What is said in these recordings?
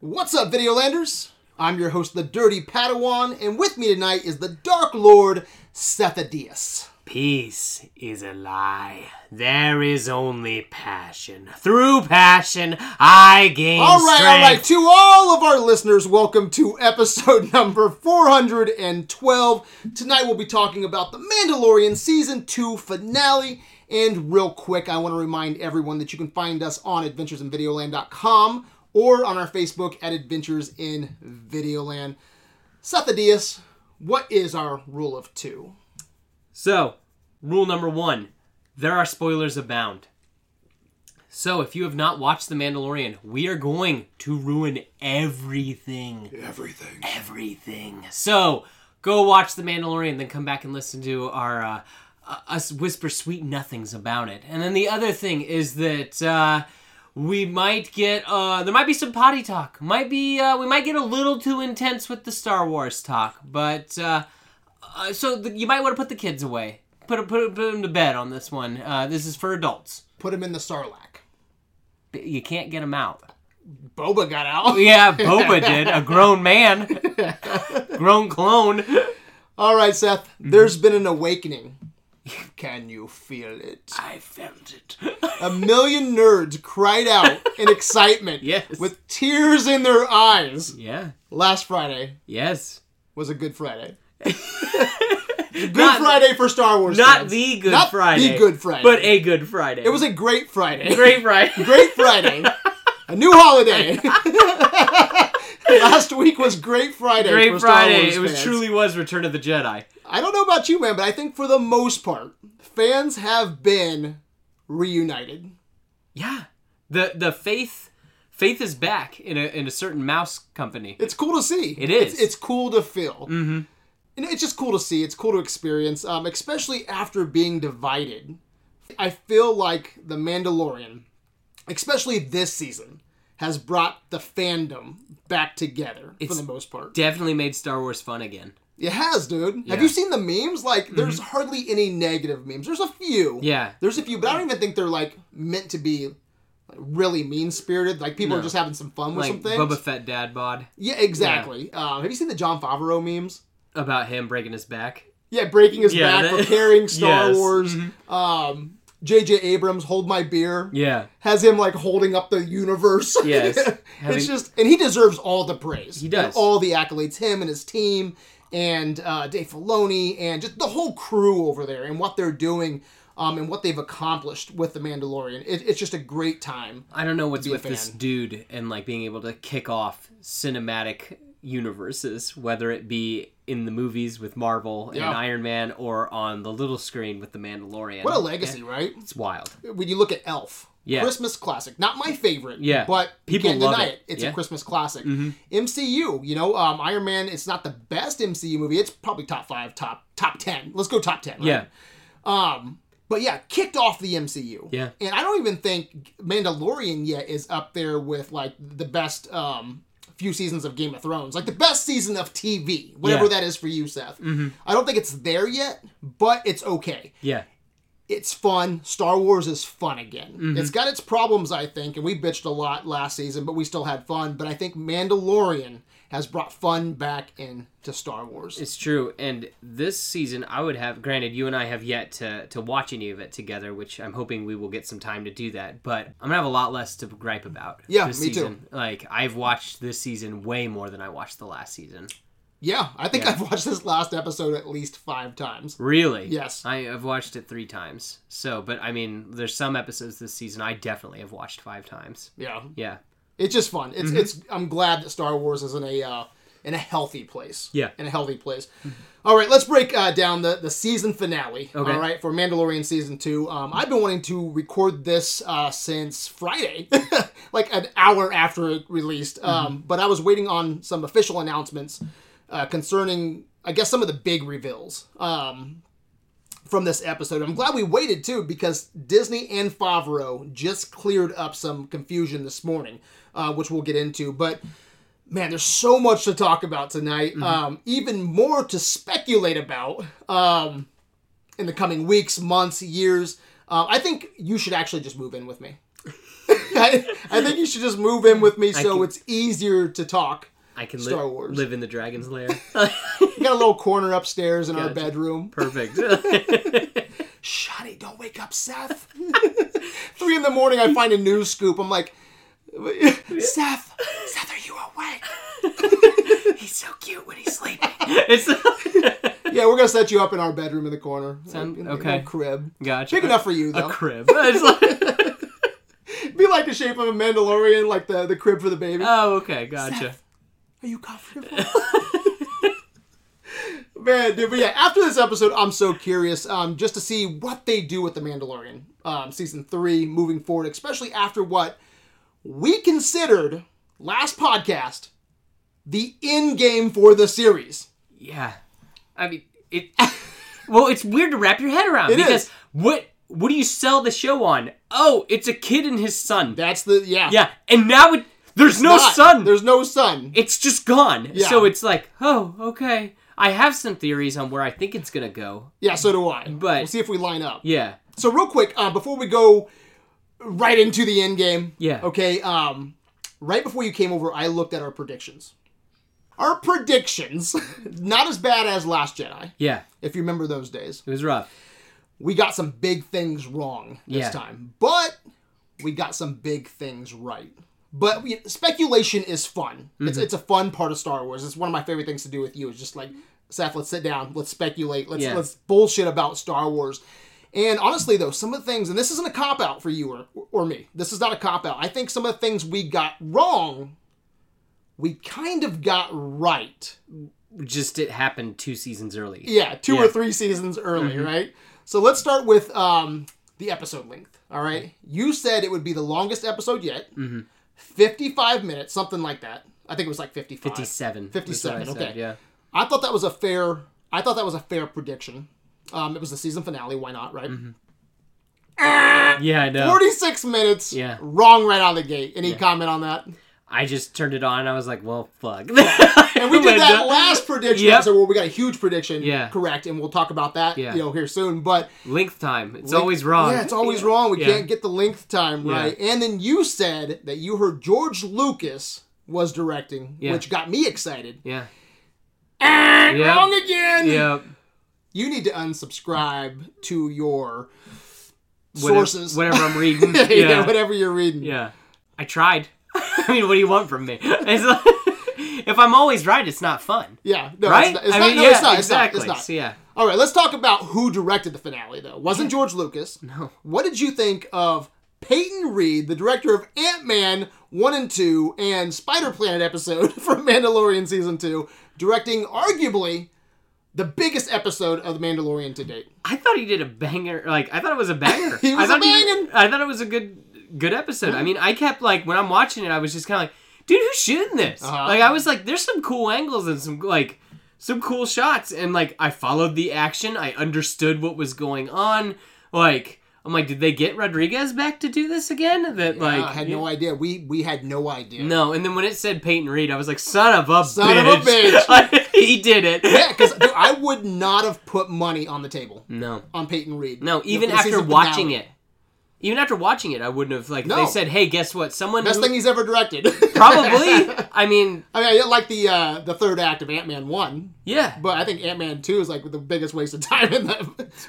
What's up, Videolanders? I'm your host, the Dirty Padawan, and with me tonight is the Dark Lord, Cephadius. Peace is a lie. There is only passion. Through passion, I gain All right, strength. all right. To all of our listeners, welcome to episode number 412. Tonight we'll be talking about The Mandalorian Season 2 finale. And real quick, I want to remind everyone that you can find us on adventuresinvideoland.com or on our Facebook at Adventures in Videoland. Sethadius, what is our rule of two? So, rule number one there are spoilers abound. So, if you have not watched The Mandalorian, we are going to ruin everything. Everything. Everything. So, go watch The Mandalorian, then come back and listen to our. Uh, uh, us whisper sweet nothings about it. And then the other thing is that uh, we might get uh, there might be some potty talk. Might be uh, we might get a little too intense with the Star Wars talk, but uh, uh, so the, you might want to put the kids away. Put put put them to bed on this one. Uh, this is for adults. Put him in the Sarlacc. But You can't get them out. Boba got out. Yeah, Boba did. A grown man, grown clone. All right, Seth. There's been an awakening. Can you feel it? I felt it. A million nerds cried out in excitement Yes. with tears in their eyes. yeah. Last Friday Yes. was a good Friday. Good Not- Friday for Star Wars. Not fans. the Good Not the Friday. Good Friday. But a Good Friday. It was a great Friday. great Friday. Great Friday. a new holiday. Last week was Great Friday. Great for Star Friday. Wars It was fans. truly was Return of the Jedi. I don't know about you, man, but I think for the most part, fans have been reunited. Yeah. The the faith faith is back in a in a certain mouse company. It's cool to see. It is. It's, it's cool to feel. Mm-hmm. And it's just cool to see. It's cool to experience, um, especially after being divided. I feel like The Mandalorian, especially this season, has brought the fandom back together for It's- the most part. Definitely made Star Wars fun again. It has, dude. Have Yeah. Mm-hmm. you seen the memes? Like, there's hardly any negative memes. There's a few. Yeah. There's a few, but I don't even think they're like meant to be like, really mean spirited. Like people are No. just having some fun with Like some things. Boba Fett dad bod yeah, exactly. Um, have you seen the John Favreau memes? about him breaking his back. Yeah, breaking his Yeah, back for that- carrying Star Yes. Mm-hmm. Wars. Um, J.J. Abrams, hold my beer. Yeah. Has him like holding up the universe. Yes. it's Having- just, and he deserves all the praise. He does. And all the accolades, him and his team, and uh, Dave Filoni, and just the whole crew over there, and what they're doing, um, and what they've accomplished with the Mandalorian. It, it's just a great time. I don't know what's Be a with this fan. dude and like being able to kick off cinematic universes, whether it be in the movies with Marvel and Yeah. Iron Man or on the little screen with the Mandalorian. What a legacy, right? It's wild. When you look at Elf, Yeah. Christmas classic, not my favorite, Yeah. but you People can't love deny it. it. It's a Yeah. Mm-hmm. Christmas classic. MCU, you know, um, Iron Man. It's not the best MCU movie. It's probably top five, top top ten. Let's go top ten. Right? Yeah. But yeah, kicked off the MCU. Yeah. And I don't even think Mandalorian yet is up there with like the best um few seasons of Game of Thrones. Like the best season of TV, whatever Yeah. Mm-hmm. that is for you, Seth. I don't think it's there yet, but it's okay. Yeah. It's fun. Star Wars is fun again. Mm-hmm. It's got its problems, I think, and we bitched a lot last season, but we still had fun. But I think Mandalorian has brought fun back into Star Wars. It's true, and this season I would have. Granted, you and I have yet to to watch any of it together, which I'm hoping we will get some time to do that. But I'm gonna have a lot less to gripe about. Yeah, this me too. season. Like I've watched this season way more than I watched the last season. yeah, I think I've watched this last episode at least five times. Really? Yes. I, I've watched it three times. So, but I mean, there's some episodes this season I definitely have watched five times. Yeah. Yeah. It's just fun. It's it's. I'm glad that Star Wars is in a uh, in a healthy place. Yeah. in a healthy place. All right, let's break uh, down the the season finale. Okay. All right, for Mandalorian season two. Um, I've been wanting to record this uh, since Friday, like an hour after it released. Um, but I was waiting on some official announcements uh, concerning, I guess, some of the big reveals. Um, from this episode. I'm glad we waited too because Disney and Favreau just cleared up some confusion this morning, uh, which we'll get into. But man, there's so much to talk about tonight. Mm-hmm. Um, even more to speculate about um, in the coming weeks, months, years. Uh, I think you should actually just move in with me. I, I think you should just move in with me so can- it's easier to talk. I can Star li- Wars. live in the dragon's lair. We got a little corner upstairs in our Gotcha. bedroom. Perfect. Shut it! Don't wake up, Seth. Three in the morning, I find a news scoop. I'm like, Seth, Seth, are you awake? He's so cute when he's sleeping. It's Yeah, we're gonna set you up in our bedroom in the corner. Sound- In- in our okay. crib. gotcha. Big enough for you a though. crib. It's like- It'd Be like the shape of a Mandalorian, like the the crib for the baby. oh, okay, gotcha. Are you comfortable? Man, dude, but yeah, after this episode, I'm so curious um, just to see what they do with The Mandalorian um, season three moving forward, especially after what we considered last podcast the end game for the series. Yeah, I mean it. Well, it's weird to wrap your head around It because is. what what do you sell the show on? Oh, it's a kid and his son. That's the, yeah. yeah, and now it there's no Not- son. There's no sun. it's just gone. Yeah. So it's like, oh, okay. I have some theories on where I think it's gonna go. Yeah, so do I. But- we'll see if we line up. Yeah, So real quick, uh, before we go right into the end game, Yeah. Okay. Um, right before you came over, I looked at our predictions. Our predictions, not as bad as Last Jedi, yeah. if you remember those days. It was rough. We got some big things wrong this Yeah. time, but we got some big things right. But we, speculation is fun. It's Mm-hmm. it's a fun part of Star Wars. It's one of my favorite things to do with you. Is just like Seth, let's sit down, let's speculate, let's Yeah. let's bullshit about Star Wars. And honestly, though, some of the things, and this isn't a cop out for you or or me. This is not a cop out. I think some of the things we got wrong, we kind of got right. Just it happened two seasons early. Yeah, two or Yeah. Mm-hmm. three seasons early, right? So let's start with um, the episode length. All right, you said it would be the longest episode yet, Mhm. fifty-five minutes, something like that. I think it was like fifty-five. 57. was what I 57, said, okay. Yeah. I thought that was a fair. I thought that was a fair prediction. Um, it was the season finale. Why not? Right. Mm-hmm. Yeah, I know. Forty-six minutes. Yeah. Wrong right out of the gate. Any comment on that? I just turned it on and I was like, well, fuck. And we did that last prediction Yep. episode where we got a huge prediction Yeah. correct, and we'll talk about that Yeah. you know here soon. But Length time. It's always wrong. Yeah, it's always wrong. We Yeah. can't get the length time right. And then you said that you heard George Lucas was directing, Yeah. which got me excited. Yeah. Ah, Yep. Wrong again. Yep. You need to unsubscribe to your Whatever- sources. Whatever I'm reading. yeah. yeah. Yeah. whatever you're reading. I tried. I mean, what do you want from me? It's like- if I'm always right, it's not fun. Yeah, no, right? it's not. It's I not mean, no, yeah, it's not. It's not. exactly. It's not. So, yeah. All right, let's talk about who directed the finale, though. Wasn't George Lucas? No. What did you think of Peyton Reed, the director of Ant Man 1 and 2 and Spider Planet episode from Mandalorian Season 2, directing arguably the biggest episode of The Mandalorian to date? I thought he did a banger. Like I thought it was a banger. He was I a thought he- bangin'. I thought it was a good good episode. I mean, I kept like when I'm watching it, I was just kind of like, dude, who's shooting this? Uh-huh. Like I was like, there's some cool angles and some like some cool shots, and like I followed the action. I understood what was going on. Like I'm like, did they get Rodriguez back to do this again? That like. I had no idea. We we had no idea. no, and then when it said Peyton Reed, I was like, "Son of a Son bitch!" of a bitch. Like, he did it. Yeah, because I would not have put money on the table No, on Peyton Reed. No, for even the after season watching finale. it, even after watching it, I wouldn't have like. if No. They said, "Hey, guess what? Someone Best who- thing he's ever directed. probably." I mean, I mean, I like the uh, the third act of Ant Man one, yeah, but I think Ant Man two is like the biggest waste of time in the,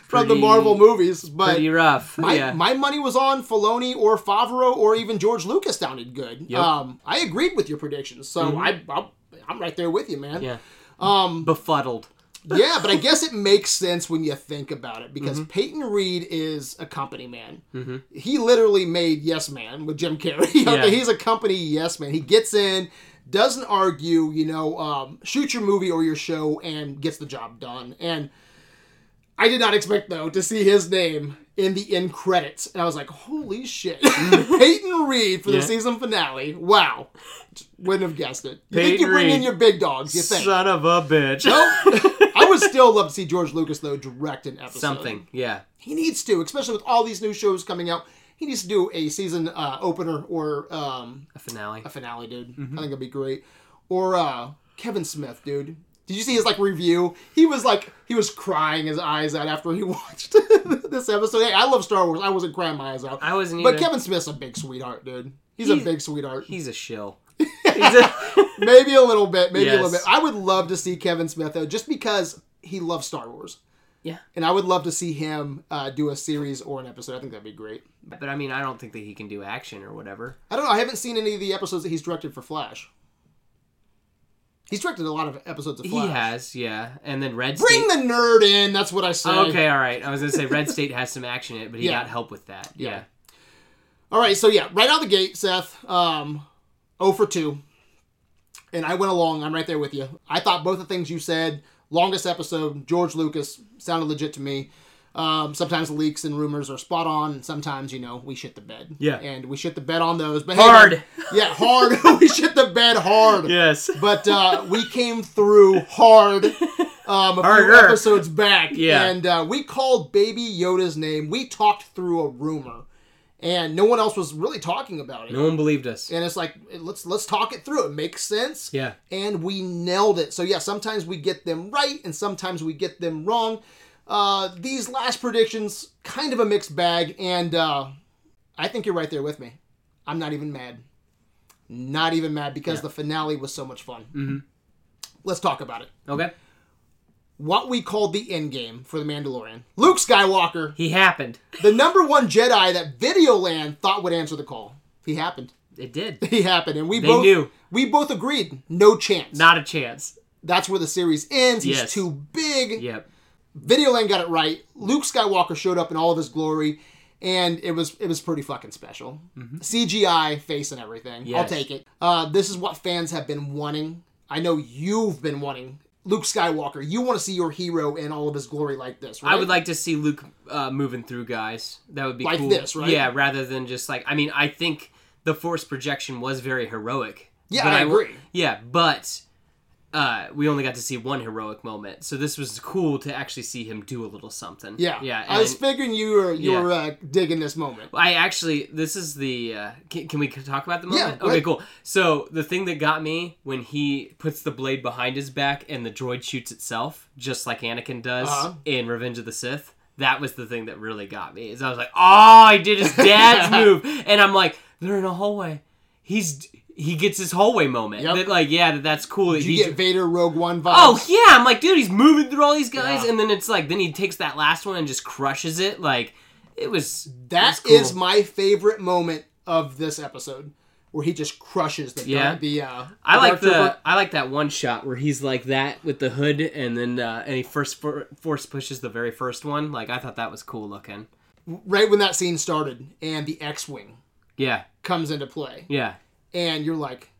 from the pretty- Marvel movies. But pretty rough. my yeah, my money was on Filoni or Favreau or even George Lucas sounded good. Yep. Mm-hmm. Um, I agreed with your predictions, so I I'm, I'm right there with you, man. yeah. Um, befuddled. Yeah, but I guess it makes sense when you think about it because Mm-hmm. Peyton Reed is a company man. He literally made Yes Man with Jim Carrey. Yeah. He's a company Yes Man. He gets in, doesn't argue, you know, um, shoot your movie or your show and gets the job done. And I did not expect, though, to see his name in the end credits. And I was like, holy shit. Peyton Reed for the Mm. Yeah. season finale. Wow. Wouldn't have guessed it. You think Peyton you bring in Reed. your big dogs, you think. Son of a bitch. Nope. I would still love to see George Lucas though direct an episode. Something. Yeah. he needs to, especially with all these new shows coming out. He needs to do a season uh, opener or um, A finale. Mm-hmm. a finale, dude. I think it'd be great. Or uh, Kevin Smith, dude. Did you see his like review? He was like he was crying his eyes out after he watched this episode. Hey, I love Star Wars. I wasn't crying my eyes out. I wasn't But either. Kevin Smith's a big sweetheart, dude. He's, a He's- big sweetheart. He's a shill. He's a- maybe a little bit. Maybe a little bit. Yes. I would love to see Kevin Smith though, just because he loves Star Wars. Yeah. And I would love to see him uh, do a series or an episode. I think that'd be great. but I mean, I don't think that he can do action or whatever. I don't know. I haven't seen any of the episodes that he's directed for Flash. He's directed a lot of episodes of Flash. He has, yeah. And then Red Bring State. the nerd in. That's what I say. okay, all right. I was gonna say Red State has some action in it, but he Yeah. got help with that. Yeah. Yeah. All right. So yeah, right out the gate, Seth. Um, oh for two. And I went along. I'm right there with you. I thought both the things you said, longest episode, George Lucas sounded legit to me. Um, sometimes leaks and rumors are spot on, and sometimes you know we shit the bed. Yeah. And we shit the bed on those. But Hard. Hey, yeah, hard. we shit the bed hard. Yes. but uh, we came through hard um, a few Harder. episodes back. Yeah. And uh, we called Baby Yoda's name. We talked through a rumor, and no one else was really talking about it. No one believed us. And it's like let's let's talk it through. It makes sense. Yeah. And we nailed it. So yeah, sometimes we get them right, and sometimes we get them wrong. Uh, these last predictions, kind of a mixed bag, and uh, I think you're right there with me. I'm not even mad. Not even mad because the finale was so much fun. Mm-hmm. Let's talk about it. Okay. What we called the end game for the Mandalorian. Luke Skywalker, He happened. the number one Jedi that Videoland thought would answer the call. He happened. It did. He happened, and we both knew. we both agreed, no chance. Not a chance. That's where the series ends. He's Yes. too big. Yep. Videoland got it right. Luke Skywalker showed up in all of his glory, and it was it was pretty fucking special. CGI face and everything. I'll Mm-hmm. Yes. take it. Uh, this is what fans have been wanting. I know you've been wanting Luke Skywalker. You want to see your hero in all of his glory like this, right? I would like to see Luke uh, moving through guys. That would be Like cool. this, right? Yeah, rather than just like I mean, I think the force projection was very heroic. Yeah, but I w- agree. Yeah, but uh, we only got to see one heroic moment, so this was cool to actually see him do a little something. Yeah, yeah. I was and- figuring you were you Yeah. were uh, digging this moment. I actually, this is the. Uh, can, can we talk about the Yeah, moment? go okay, ahead. cool. So the thing that got me when he puts the blade behind his back and the droid shoots itself, just like Anakin does Uh-huh. in Revenge of the Sith. That was the thing that really got me. Is I was like, oh, he did his dad's move, and I'm like, they're in a hallway. He's he gets his hallway moment. Yep. That, like, yeah, that, that's cool. that You he get Vader Rogue One vibes. Oh yeah, I'm like, dude, he's moving through all these guys, Yeah. and then it's like, then he takes that last one and just crushes it. Like, it was That it was cool. is my favorite moment of this episode, where he just crushes the Yeah. the. Uh, I like Dark Trooper. the I like that one shot where he's like that with the hood, and then uh, and he first for, force pushes the very first one. Like I thought that was cool looking. right when that scene started and the X-wing Yeah, comes into play, yeah, and you're like,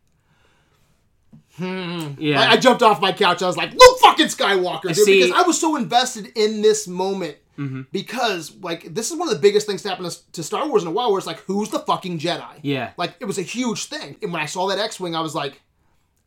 yeah. I, I jumped off my couch. I was like, Luke fucking Skywalker, dude, see- Mm-hmm. because I was so invested in this moment. Because like this is one of the biggest things to happen to, to Star Wars in a while, where it's like, who's the fucking Jedi? Yeah. like it was a huge thing. And when I saw that X-wing, I was like,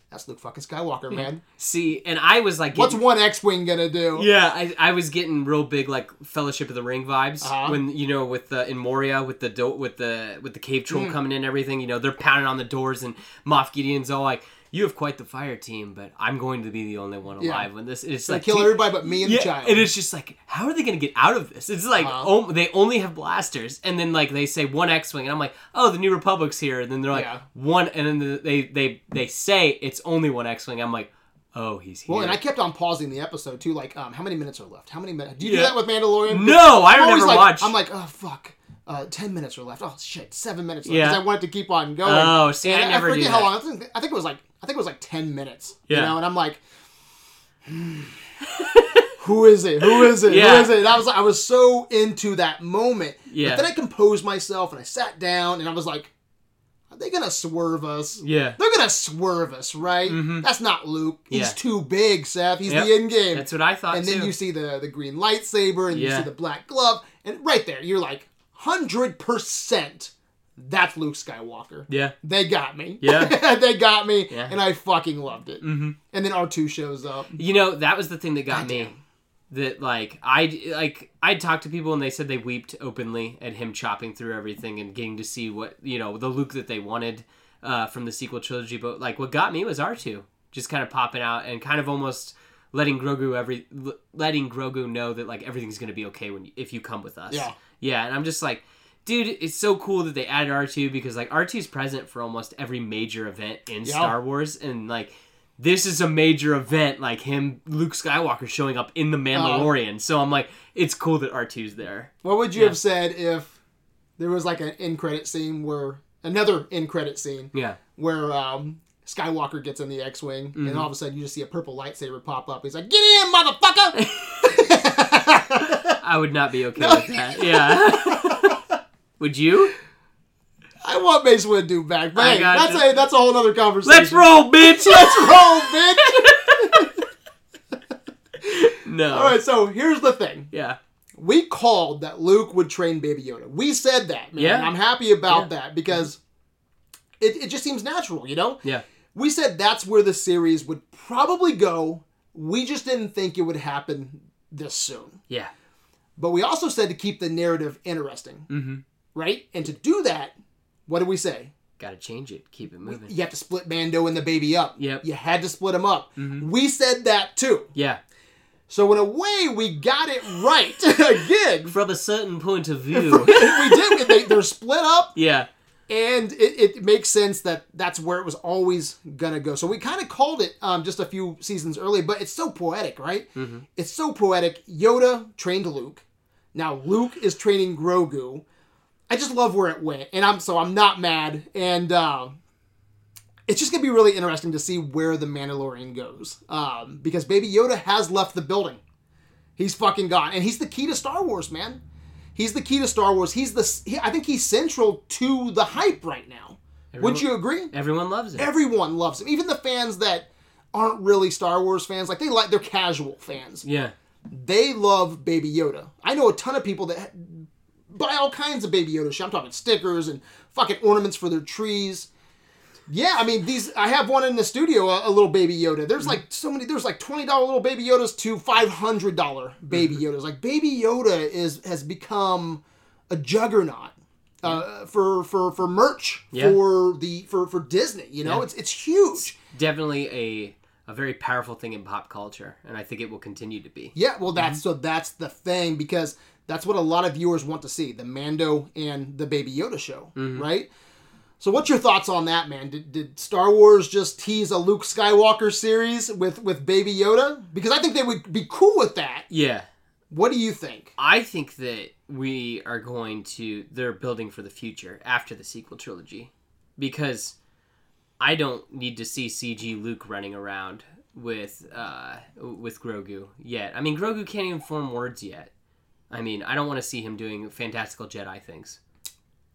that's Luke fucking Skywalker, man. See, and I was like, What's getting- one X-wing gonna do? yeah, I, I was getting real big like Fellowship of the Ring vibes Uh-huh. when you know with the in Moria with the do- with the with the cave troll Hmm. coming in and everything. You know they're pounding on the doors, and Moff Gideon's all like. You have quite the fire team, but I'm going to be the only one alive Yeah. when this. It's They like kill dude, everybody but me and the child. Uh-huh. And it's just like, how are they going to get out of this? It's like, oh, they only have blasters. And then, like, they say one X Wing. And I'm like, oh, the New Republic's here. And then they're like, Yeah. one. And then the- they, they, they say it's only one X Wing. I'm like, oh, he's here. Well, and I kept on pausing the episode too. Like, um, how many minutes are left? How many minutes? Do you do Yeah. that with Mandalorian? no, I I'm never always like, watched. I'm like, oh fuck, uh, ten minutes are left. Oh shit, seven minutes left. Yeah. 'Cause I wanted to keep on going. Oh, see, I and never do forget how that. long. I think, I think it was like, I think it was like ten minutes. You Yeah. know, and I'm like. hmm, Who is it? Who is it? Who Yeah. is it? And I was like, I was so into that moment. Yeah. But then I composed myself and I sat down and I was like, Are they gonna swerve us? yeah. They're gonna swerve us, right? That's not Luke. He's Mm-hmm. Yeah. too big, Seth. He's Yep. the end game. That's what I thought and too. then you see the the green lightsaber, and you Yeah. see the black glove, and right there, you're like, hundred percent, that's Luke Skywalker. yeah. They got me. Yeah. they got me, Yeah. and I fucking loved it. Mm-hmm. And then R two shows up. You know, that was the thing that got me. That like I like I talked to people and they said they weeped openly at him chopping through everything and getting to see what you know the Luke that they wanted uh, from the sequel trilogy. But like what got me was R two just kind of popping out and kind of almost letting Grogu every l- letting Grogu know that like everything's gonna be okay when you, if you come with us. Yeah. yeah, and I'm just like, dude, it's so cool that they added R two because like R 2s present for almost every major event in Yeah. Star Wars, and like this is a major event, like him Luke Skywalker showing up in the Mandalorian. so I'm like, it's cool that R 2s there. What would you have said if there was like an end credit scene where another end credit scene Yeah, where um, Skywalker gets in the X-wing Mm-hmm. and all of a sudden you just see a purple lightsaber pop up. He's like, "Get in, motherfucker!" I would not be okay with that. Yeah. Would you? I want Mace Windu back, but I hey, gotcha. that's a that's a whole other conversation. Let's roll, bitch. Let's roll, bitch. no. all right, so here's the thing. Yeah. We called that Luke would train Baby Yoda. We said that, man. Yeah. I'm happy about Yeah. that because it, it just seems natural, you know? Yeah. We said that's where the series would probably go. We just didn't think it would happen this soon. Yeah. But we also said to keep the narrative interesting, Mm-hmm. right? And to do that, what did we say? Got to change it. Keep it moving. You have to split Mando and the baby up. Yep. You had to split them up. We said that too. Yeah. So in a way, we got it right again. From a certain point of view. we did. They, they're split up. yeah. and it, it makes sense that that's where it was always gonna go. So we kind of called it um, just a few seasons early, but it's so poetic, right? It's so poetic. Yoda trained Luke. Now Luke is training Grogu. I just love where it went, and I'm so I'm not mad, and uh, it's just gonna be really interesting to see where the Mandalorian goes um, because Baby Yoda has left the building. He's fucking gone, and he's the key to Star Wars, man. He's the key to Star Wars. He's the. He, I think he's central to the hype right now. Would you agree? Everyone loves it. Everyone loves him. Even the fans that aren't really Star Wars fans, like they like they're casual fans. yeah. They love Baby Yoda. I know a ton of people that buy all kinds of Baby Yoda shit. I'm talking stickers and fucking ornaments for their trees. Yeah, I mean these. I have one in the studio, a, a little Baby Yoda. There's like so many. There's like twenty dollar little Baby Yodas to five hundred dollar Baby Mm-hmm. Yodas. Like Baby Yoda is has become a juggernaut uh, for for for merch Yeah. for the for for Disney. You know, Yeah. it's it's huge. Definitely a a very powerful thing in pop culture, and I think it will continue to be. Yeah, well, that's Mm-hmm. so that's the thing because that's what a lot of viewers want to see the Mando and the Baby Yoda show, Mm-hmm. right? So, what's your thoughts on that, man? Did, did Star Wars just tease a Luke Skywalker series with with Baby Yoda? Because I think they would be cool with that. Yeah. What do you think? I think that we are going to they're building for the future after the sequel trilogy because I don't need to see CG Luke running around with uh with Grogu yet. I mean Grogu can't even form words yet. I mean, I don't want to see him doing fantastical Jedi things.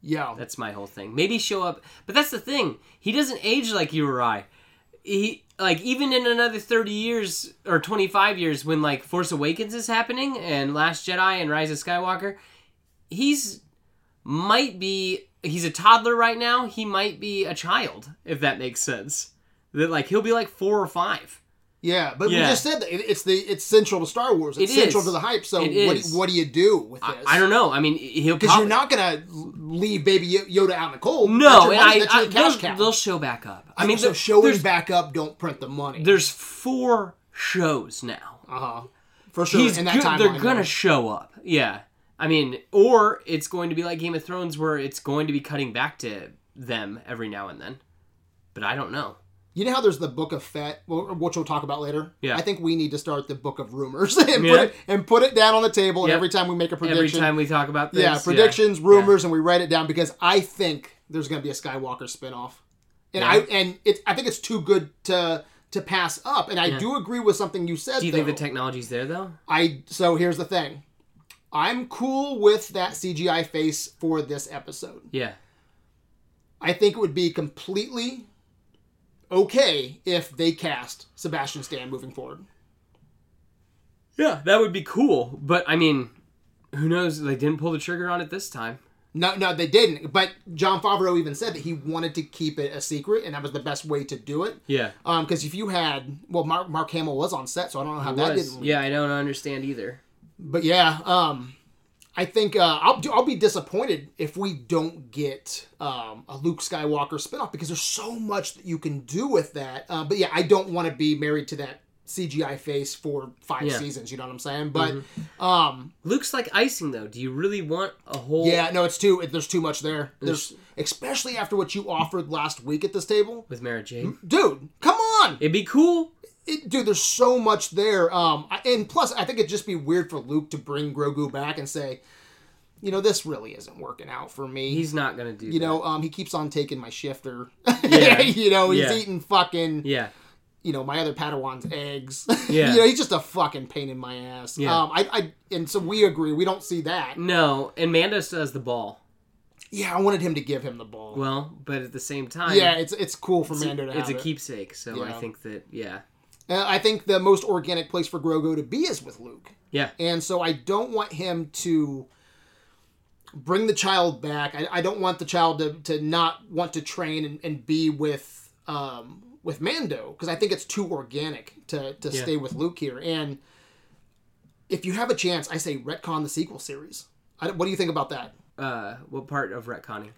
Yeah, That's my whole thing. Maybe show up, but that's the thing. He doesn't age like you or I. He like even in another thirty years or twenty five years, when like Force Awakens is happening and Last Jedi and Rise of Skywalker, he's might be he's a toddler right now. He might be a child if that makes sense. That like he'll be like four or five. yeah, but we Yeah. just said that it, it's the it's central to Star Wars. It's It central is. to the hype. So, It what do, is. what do you do with this? I, I don't know. I mean, he'll because you're probably- not gonna leave Baby Yo- Yoda out in the cold. That's no. your money, And I, that's your I- cash they'll, cow. they'll show back up. I I mean, mean, so there- show there's is back up. Don't print the money. there's four shows now. Uh huh. For sure. He's in that go- timeline, they're gonna though. show up. Yeah, I mean, or it's going to be like Game of Thrones, where it's going to be cutting back to them every now and then. But I don't know. you know how there's the Book of Fett, well, which we'll talk about later. Yeah. I think we need to start the Book of Rumors and put Yeah. it and put it down on the table. And Yep. every time we make a prediction, Every time we talk about this, yeah, predictions, rumors, and we write it down because I think there's gonna be a Skywalker spinoff, and I and it's I think it's too good to to pass up. And I do agree with something you said. Do you though. think the technology's there though? I so here's the thing. I'm cool with that CGI face for this episode. Yeah, I think it would be completely okay if they cast Sebastian Stan moving forward. yeah, that would be cool. But I mean, who knows? They didn't pull the trigger on it this time. No, no, they didn't. But John Favreau even said that he wanted to keep it a secret, and that was the best way to do it. Yeah, Um, because if you had, well, Mark, Mark Hamill was on set, so I don't know how that Was. didn't. yeah, I don't understand either. But yeah, um, I think uh, I'll do- I'll be disappointed if we don't get um, a Luke Skywalker spinoff because there's so much that you can do with that. Uh, but yeah, I don't want to be married to that CGI face for five Yeah. seasons. You know what I'm saying? But um, Looks like icing though. Do you really want a whole? yeah, no, it's too. It, there's too much there. There's especially after what you offered last week at this table, With Mary Jane, dude. Come on, it'd be cool. it, dude. There's so much there. Um, I, and plus, I think it'd just be weird for Luke to bring Grogu back and say, you know, this really isn't working out for me. He's not gonna do. you that. know, um, he keeps on taking my shifter. Yeah. you know, he's Yeah. eating fucking. Yeah. you know, my other Padawan's eggs. Yeah. you know, he's just a fucking pain in my ass. Yeah. Um, I, I, and so we agree. We don't see that. No, and Mando still has the ball. Yeah, I wanted him to give him the ball. Well, but at the same time, yeah, it's it's cool for Mando to it's have it. a keepsake. So I Yeah. think that yeah, Uh, I think the most organic place for Grogu to be is with Luke, yeah, and so I don't want him to bring the child back. I, I don't want the child to, to not want to train and, and be with um, with Mando because I think it's too organic to to Yeah. stay with Luke here. And if you have a chance, I say retcon the sequel series. I don't- what do you think about that? uh, what part of retconning?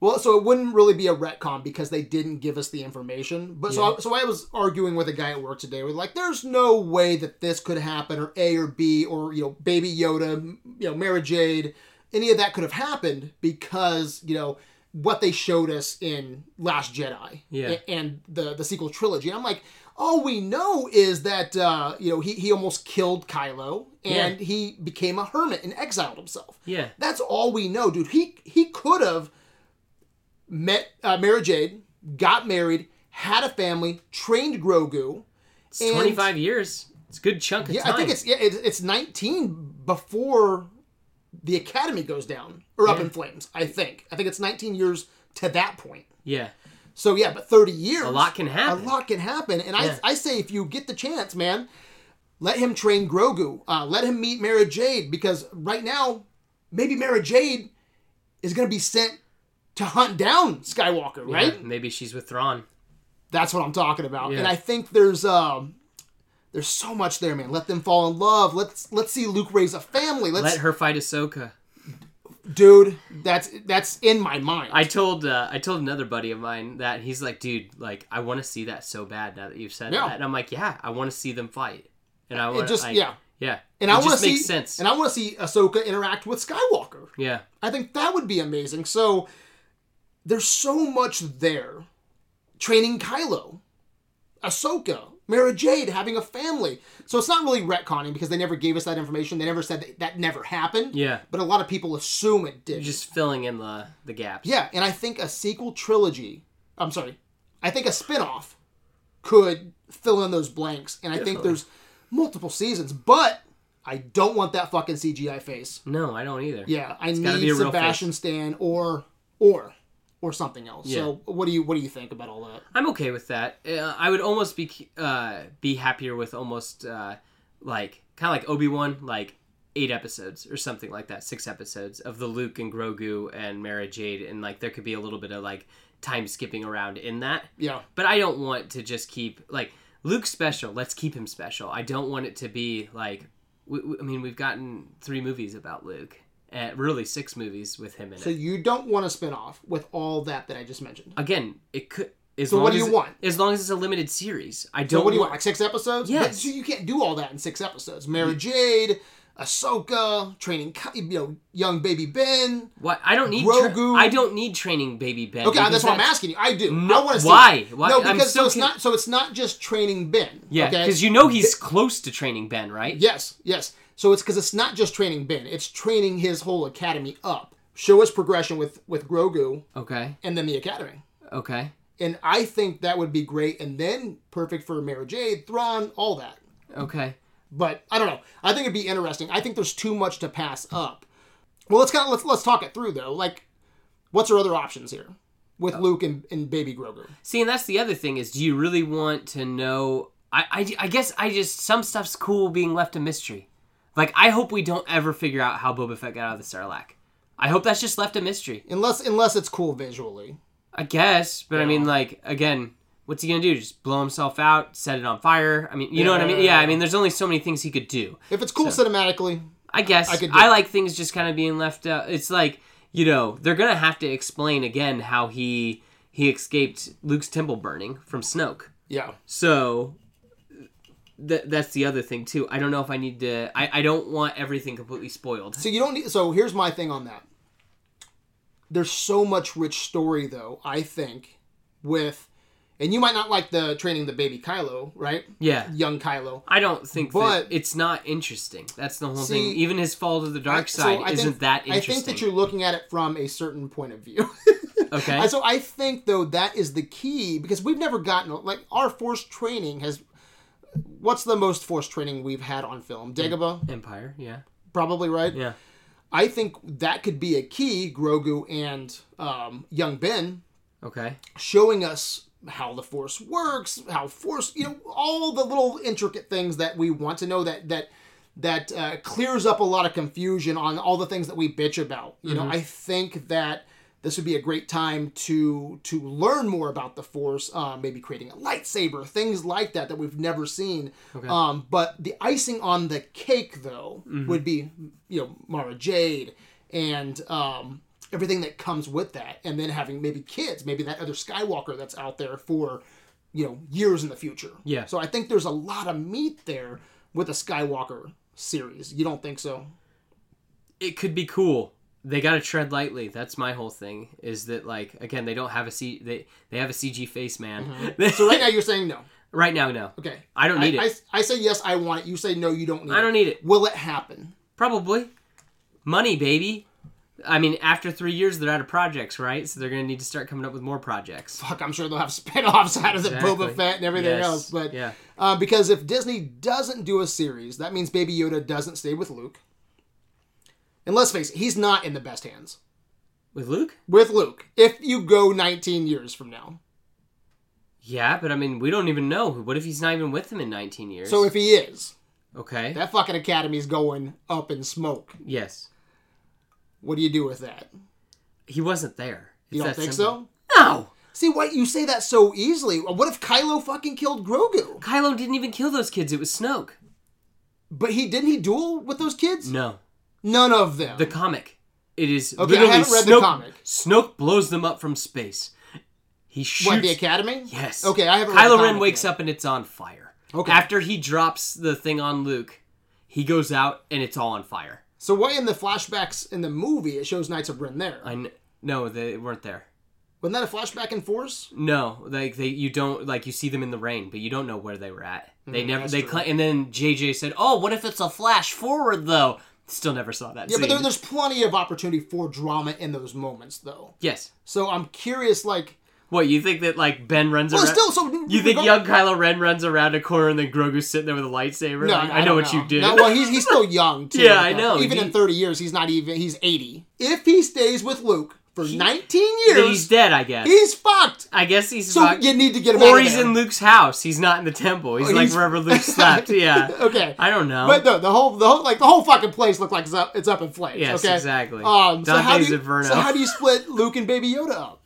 Well, so it wouldn't really be a retcon because they didn't give us the information. But so, I, so I was arguing with a guy at work today. We're like, "There's no way that this could happen, or A or B, or you know, Baby Yoda, m- you know, Mara Jade, any of that could have happened because you know what they showed us in Last Jedi, Yeah. a- and the the sequel trilogy." I'm like, all we know is that uh, you know he he almost killed Kylo, and he became a hermit and exiled himself. Yeah, That's all we know, dude. He he could have met uh, Mary Jade, got married, had a family, trained Grogu. it's And- twenty five years. It's a good chunk of Yeah, time. I think it's yeah, it's, it's 19 before the academy goes down or up Yeah. in flames. I think. I think it's 19 years to that point. yeah, So yeah, but 30 years. a lot can a happen. lot can happen, and Yeah. I I say if you get the chance, man, let him train Grogu. Uh, let him meet Mara Jade because right now, maybe Mara Jade is going to be sent to hunt down Skywalker, Yeah, right? maybe she's with Thrawn. That's what I'm talking about. Yeah. And I think there's um there's so much there, man. Let them fall in love. Let's let's see Luke raise a family. Let's Let her fight Ahsoka. dude, that's that's in my mind. I told uh, I told another buddy of mine that he's like, dude, like I want to see that so bad. Now that you've said Yeah. that, and I'm like, yeah, I want to see them fight. And I want just- yeah. yeah, and I it want to just see makes sense. and I want to see Ahsoka interact with Skywalker. yeah, I think that would be amazing. So there's so much there. Training Kylo, Ahsoka, Mara Jade having a family. So it's not really retconning because they never gave us that information. They never said that, that never happened. yeah, But a lot of people assume it did. just filling in the the gaps. Yeah, and I think a sequel trilogy. I'm sorry. I think a spin-off could fill in those blanks and I think Definitely. there's multiple seasons, but I don't want that fucking CGI face. No, I don't either. Yeah, I gotta be need a real Sebastian Stan or or or something else. So what do you what do you think about all that? I'm okay with that. Uh, I would almost be uh, be happier with almost uh, like kind of like Obi Wan, like eight episodes or something like that, six episodes of the Luke and Grogu and Mara Jade, and like there could be a little bit of like time skipping around in that. Yeah. But I don't want to just keep like Luke's special. Let's keep him special. I don't want it to be like. We, we- I mean, we've gotten three movies about Luke, uh, really six movies with him in So it. you don't want a spin-off with all that that I just mentioned. Again, it could. As So long what do as you it- want? As long as it's a limited series, I don't. So what do you want, want? Like six episodes? Yes. But- so you can't do all that in six episodes. Mara Jade, Ahsoka, training, Ky- you know, young baby Ben. What I don't need. Tra- Grogu. I don't need training baby Ben. Okay, because that's what I'm asking you. I do. I want to see why? Why- No, I'm because so so it's con- not. So it's not just training Ben. Yeah, okay? because you know he's close to training Ben, right? Yes, yes. So it's because it's not just training Ben; it's training his whole academy up. Show us progression with with Grogu Okay. and then the academy, Okay. and I think that would be great, and then perfect for Mara Jade, Thrawn, all that. Okay. But I don't know. I think it'd be interesting. I think there's too much to pass up. Well, let's kind of let's let's talk it through though. Like, what's our other options here with Luke and, and Baby Grogu? See, and that's the other thing is, do you really want to know? I, I, I guess I just some stuff's cool being left a mystery. Like I hope we don't ever figure out how Boba Fett got out of the Sarlacc. I hope that's just left a mystery. Unless unless it's cool visually. I guess, but I mean, like again, what's he gonna do? Just blow himself out, set it on fire? I mean, you know what I mean? Yeah, I mean, there's only so many things he could do. If it's cool cinematically, I guess I, could do it. like things just kind of being left out. It's like you know they're gonna have to explain again how he he escaped Luke's temple burning from Snoke. yeah. So th- that's the other thing too. I don't know if I need to. I, I don't want everything completely spoiled. So you don't need. So here's my thing on that. There's so much rich story, though. I think with, and you might not like the training the baby Kylo, right? Yeah. Young Kylo. I don't think But- that it's not interesting. That's the whole See, thing. Even his fall to the dark So side I think- isn't that interesting. I think that you're looking at it from a certain point of view. okay. And so I think though that is the key because we've never gotten like our force training has. What's the most force training we've had on film? Dagobah, Empire. Yeah. probably right. Hmm. Yeah. I think that could be a key. Grogu and um, young Ben Okay. showing us how the force works, how force, you know, all the little intricate things that we want to know that that that uh, clears up a lot of confusion on all the things that we bitch about. You know, I think that this would be a great time to to learn more about the force, uh, maybe creating a lightsaber, things like that that we've never seen. Um, but the icing on the cake, though, would be you know Mara Jade and um, everything that comes with that and then having maybe kids maybe that other skywalker that's out there for you know years in the future Yeah. so i think there's a lot of meat there with a skywalker series you don't think so it could be cool. They got to tread lightly. That's my whole thing. Is that like again they don't have a C they they have a CG face man. Mm-hmm. so right now you're saying no right now no. okay I don't need I, it. I, I say yes i want it you say no you don't need I, don't it need it. will it happen Probably money, baby. I mean, after three years, they're out of projects, right? So they're gonna need to start coming up with more projects. fuck i'm sure they'll have spin-offs out of the boba Exactly. fett and everything Yes. else but Yeah. uh, because if disney doesn't do a series that means baby yoda doesn't stay with luke and let's face it he's not in the best hands With Luke? with Luke if you go 19 years from now. Yeah, but I mean, we don't even know. What if he's not even with him in 19 years? So if he is, okay, that fucking academy's going up in smoke. yes, What do you do with that? he wasn't there. It's You don't that think simple. so? No, See, why you say that so easily? What if Kylo fucking killed Grogu? Kylo didn't even kill those kids. It was Snoke. But he didn't he duel with those kids? No, None of them. the comic. It is I literally haven't read the Snoke, comic. Snoke blows them up from space. He shoots. what the academy? yes. Okay, I haven't. read the Kylo Ren comic wakes yet. up and it's on fire. Okay. After he drops the thing on Luke, he goes out and it's all on fire. So why in the flashbacks in the movie it shows Knights of Ren there? I kn- no, they weren't there. Wasn't that a flashback in Force? No, like they you don't like you see them in the rain, but you don't know where they were at. They never Mm, that's they true. cla and then JJ said, "Oh, what if it's a flash forward though?" Still never saw that. Yeah, but scene. there, there's plenty of opportunity for drama in those moments, though. yes. So I'm curious, like, What you think that like Ben runs well, around? still, so you think regard- young Kylo Ren runs around a corner and then Grogu's sitting there with a lightsaber? No, like, I, know don't what you did. No, well, he's, he's still young too. Yeah, I Like, know. Even He- in thirty years, he's not even. He's eighty. If he stays with Luke for nineteen Then years, he's he's, dead, I guess. fucked. I guess he's So fucked. you need to get him out or of he's there. in Luke's house. He's not in the temple. He's Oh, like he's- wherever Luke slept. Yeah. okay. I don't know. But no, the whole the whole like the whole fucking place looked like it's up it's up in flames. Yes, okay? exactly. Um, so how do Dante's you, Inferno. so how do you split Luke and Baby Yoda up?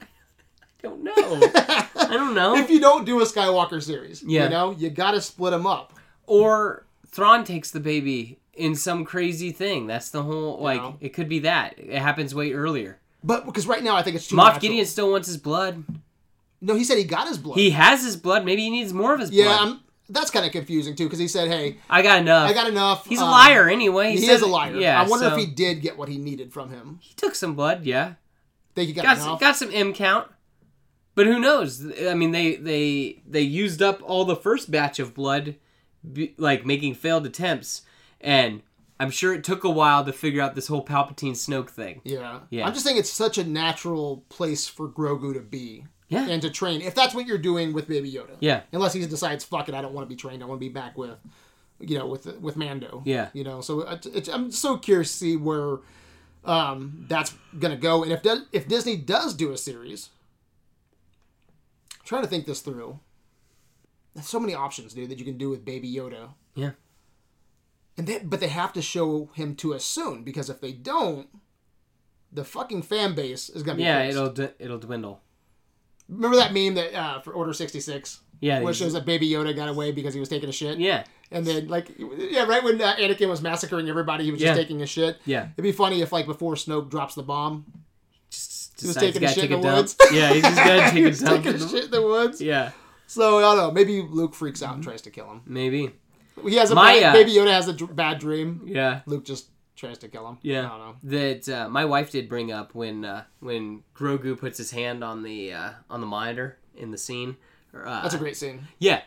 I don't know. I don't know. If you don't do a Skywalker series, Yeah. you know you got to split them up. or Thrawn takes the baby in some crazy thing. That's the whole like No. it could be that. It happens way earlier. But because right now I think it's too Moff natural. Gideon still wants his blood. No, he said he got his blood. He has his blood. Maybe he needs more of his yeah, blood. I'm, that's kind of confusing too because he said, "Hey, i got enough. I got enough." He's a um, liar anyway. He, said- is a liar. Yeah. I wonder so- if he did get what he needed from him. he took some blood. Yeah. Think he got, Got some, enough? got some M count. But who knows? I mean, they they they used up all the first batch of blood, be- like making failed attempts, and I'm sure it took a while to figure out this whole Palpatine Snoke thing. yeah. Yeah. I'm just saying it's such a natural place for Grogu to be Yeah. and to train. If that's what you're doing with Baby Yoda. Yeah. Unless he decides, fuck it, I don't want to be trained. I want to be back with, you know, with with Mando. Yeah. You know, so it, it's I'm so curious to see where um, that's gonna go. And if Di- if Disney does do a series, I'm trying to think this through. There's so many options, dude, that you can do with Baby Yoda. Yeah. And they, but they have to show him to us soon because if they don't, the fucking fan base is gonna be. Yeah, Yeah, it'll d- it'll dwindle. remember that meme that uh, for Order sixty six, Yeah, where it these- shows that Baby Yoda got away because he was taking a shit. yeah, and then like yeah, right when uh, Anakin was massacring everybody, he was Yeah. just taking a shit. yeah. It'd be funny if like before Snoke drops the bomb, Just was decides taking he's a shit gotta take in a the dump. woods. Yeah, he's just gotta he take was a dump. taking a shit in the woods. Yeah, So I don't know. Maybe Luke freaks out and tries to kill him. maybe. He has a My, bad, uh, Baby Yoda has a dr- bad dream. Yeah. Luke just tries to kill him. Yeah. I don't know. That uh, my wife did bring up when uh, when Grogu puts his hand on the uh, on the monitor in the scene. Or, uh, That's a great scene. yeah.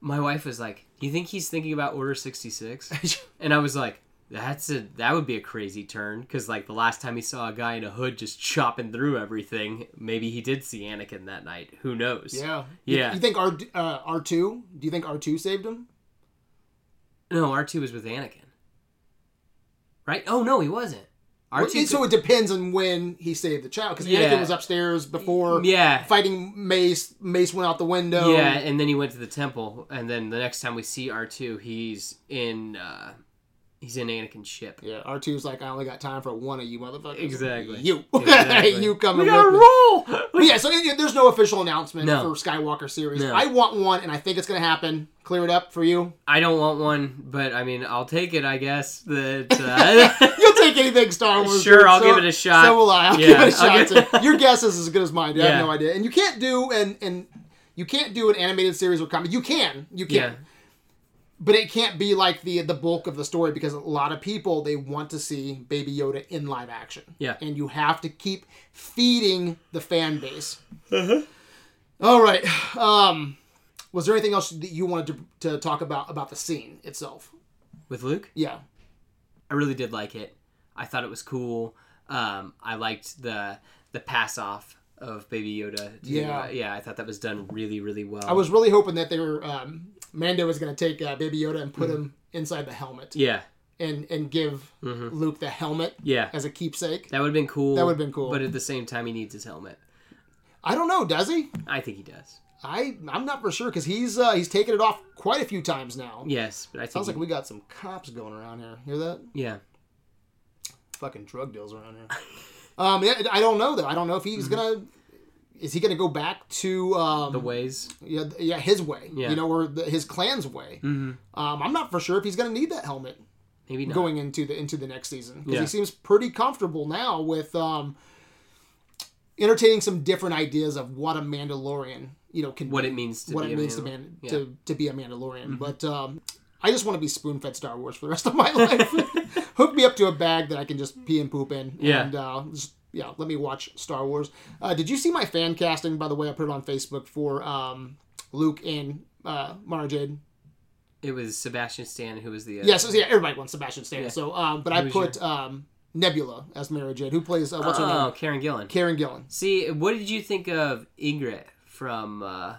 My wife was like, "You think he's thinking about Order 66?" And I was like, that's a that would be a crazy turn because like the last time he saw a guy in a hood just chopping through everything, maybe he did see Anakin that night. Who knows? yeah. Yeah. You, you think R uh, R two? Do you think R two saved him? No, R two was with Anakin, right? Oh no, he wasn't. R Well, two. it- so it depends on when he saved the child because Yeah. Anakin was upstairs before yeah, fighting Mace. Mace went out the window. yeah, and then he went to the temple, and then the next time we see R two, he's in uh he's in Anakin's ship. Yeah, R 2s like I only got time for one of you motherfuckers. Exactly. You, Exactly. you coming We gotta with me. roll. But yeah, so it- there's no official announcement No. for Skywalker series. No. I want one, and I think it's gonna happen. Clear it up for you. I don't want one, but I mean, I'll take it. I guess that. Uh, You'll take anything Star Wars. Sure, dude, I'll so- give it a shot. So will I. I'll Yeah, give it a I'll shot. give- too. Your guess is as good as mine. Dude. I Yeah. have no idea. And you can't do and and you can't do an animated series with comedy. You can, you can, Yeah. but it can't be like the the bulk of the story because a lot of people they want to see Baby Yoda in live action. Yeah. and you have to keep feeding the fan base. All right. Um, was there anything else that you wanted to, to talk about about the scene itself? with Luke? Yeah. I really did like it. I thought it was cool. Um, I liked the the pass off of Baby Yoda. to, Yeah. uh, yeah. I thought that was done really, really well. I was really hoping that they were um, Mando was going to take uh, Baby Yoda and put him inside the helmet Mm-hmm. Yeah, Mm-hmm. and and give Luke the helmet yeah. as a keepsake. That would have been cool. That would've been cool. But at the same time, he needs his helmet. I don't know, does he? I think he does. I I'm not for sure because he's uh, he's taken it off quite a few times now. Yes, but I think. Sounds he- like we got some cops going around here. Hear that? yeah, Fucking drug deals around here. um, yeah, I don't know though. I don't know if he's gonna. Is he gonna go back to um, Mm-hmm. the ways. Yeah, th- yeah, his way. Yeah. You know, or the, his clan's way. Mhm. Um, I'm not for sure if he's gonna need that helmet. Maybe not. going into the into the next season because Yeah. he seems pretty comfortable now with um, entertaining some different ideas of what a Mandalorian you know can what be, it means to what be it a means to, man. man, yeah. Mm-hmm. to to be a Mandalorian. But um, I just want to be spoon fed Star Wars for the rest of my life. Hook me up to a bag that I can just pee and poop in. Yeah. and uh, just, yeah, let me watch Star Wars. Uh, did you see my fan casting? By the way, I put it on Facebook for um, Luke and uh, Mara Jade. It was Sebastian Stan who was the. Uh, Yeah, so yeah, everybody wants Sebastian Stan. Yeah. So, um, but I Who's put um, Nebula as Mary Jane, who plays uh, what's her name, Oh, Karen Gillan. Karen Gillan. See, what did you think of Ingrid from uh,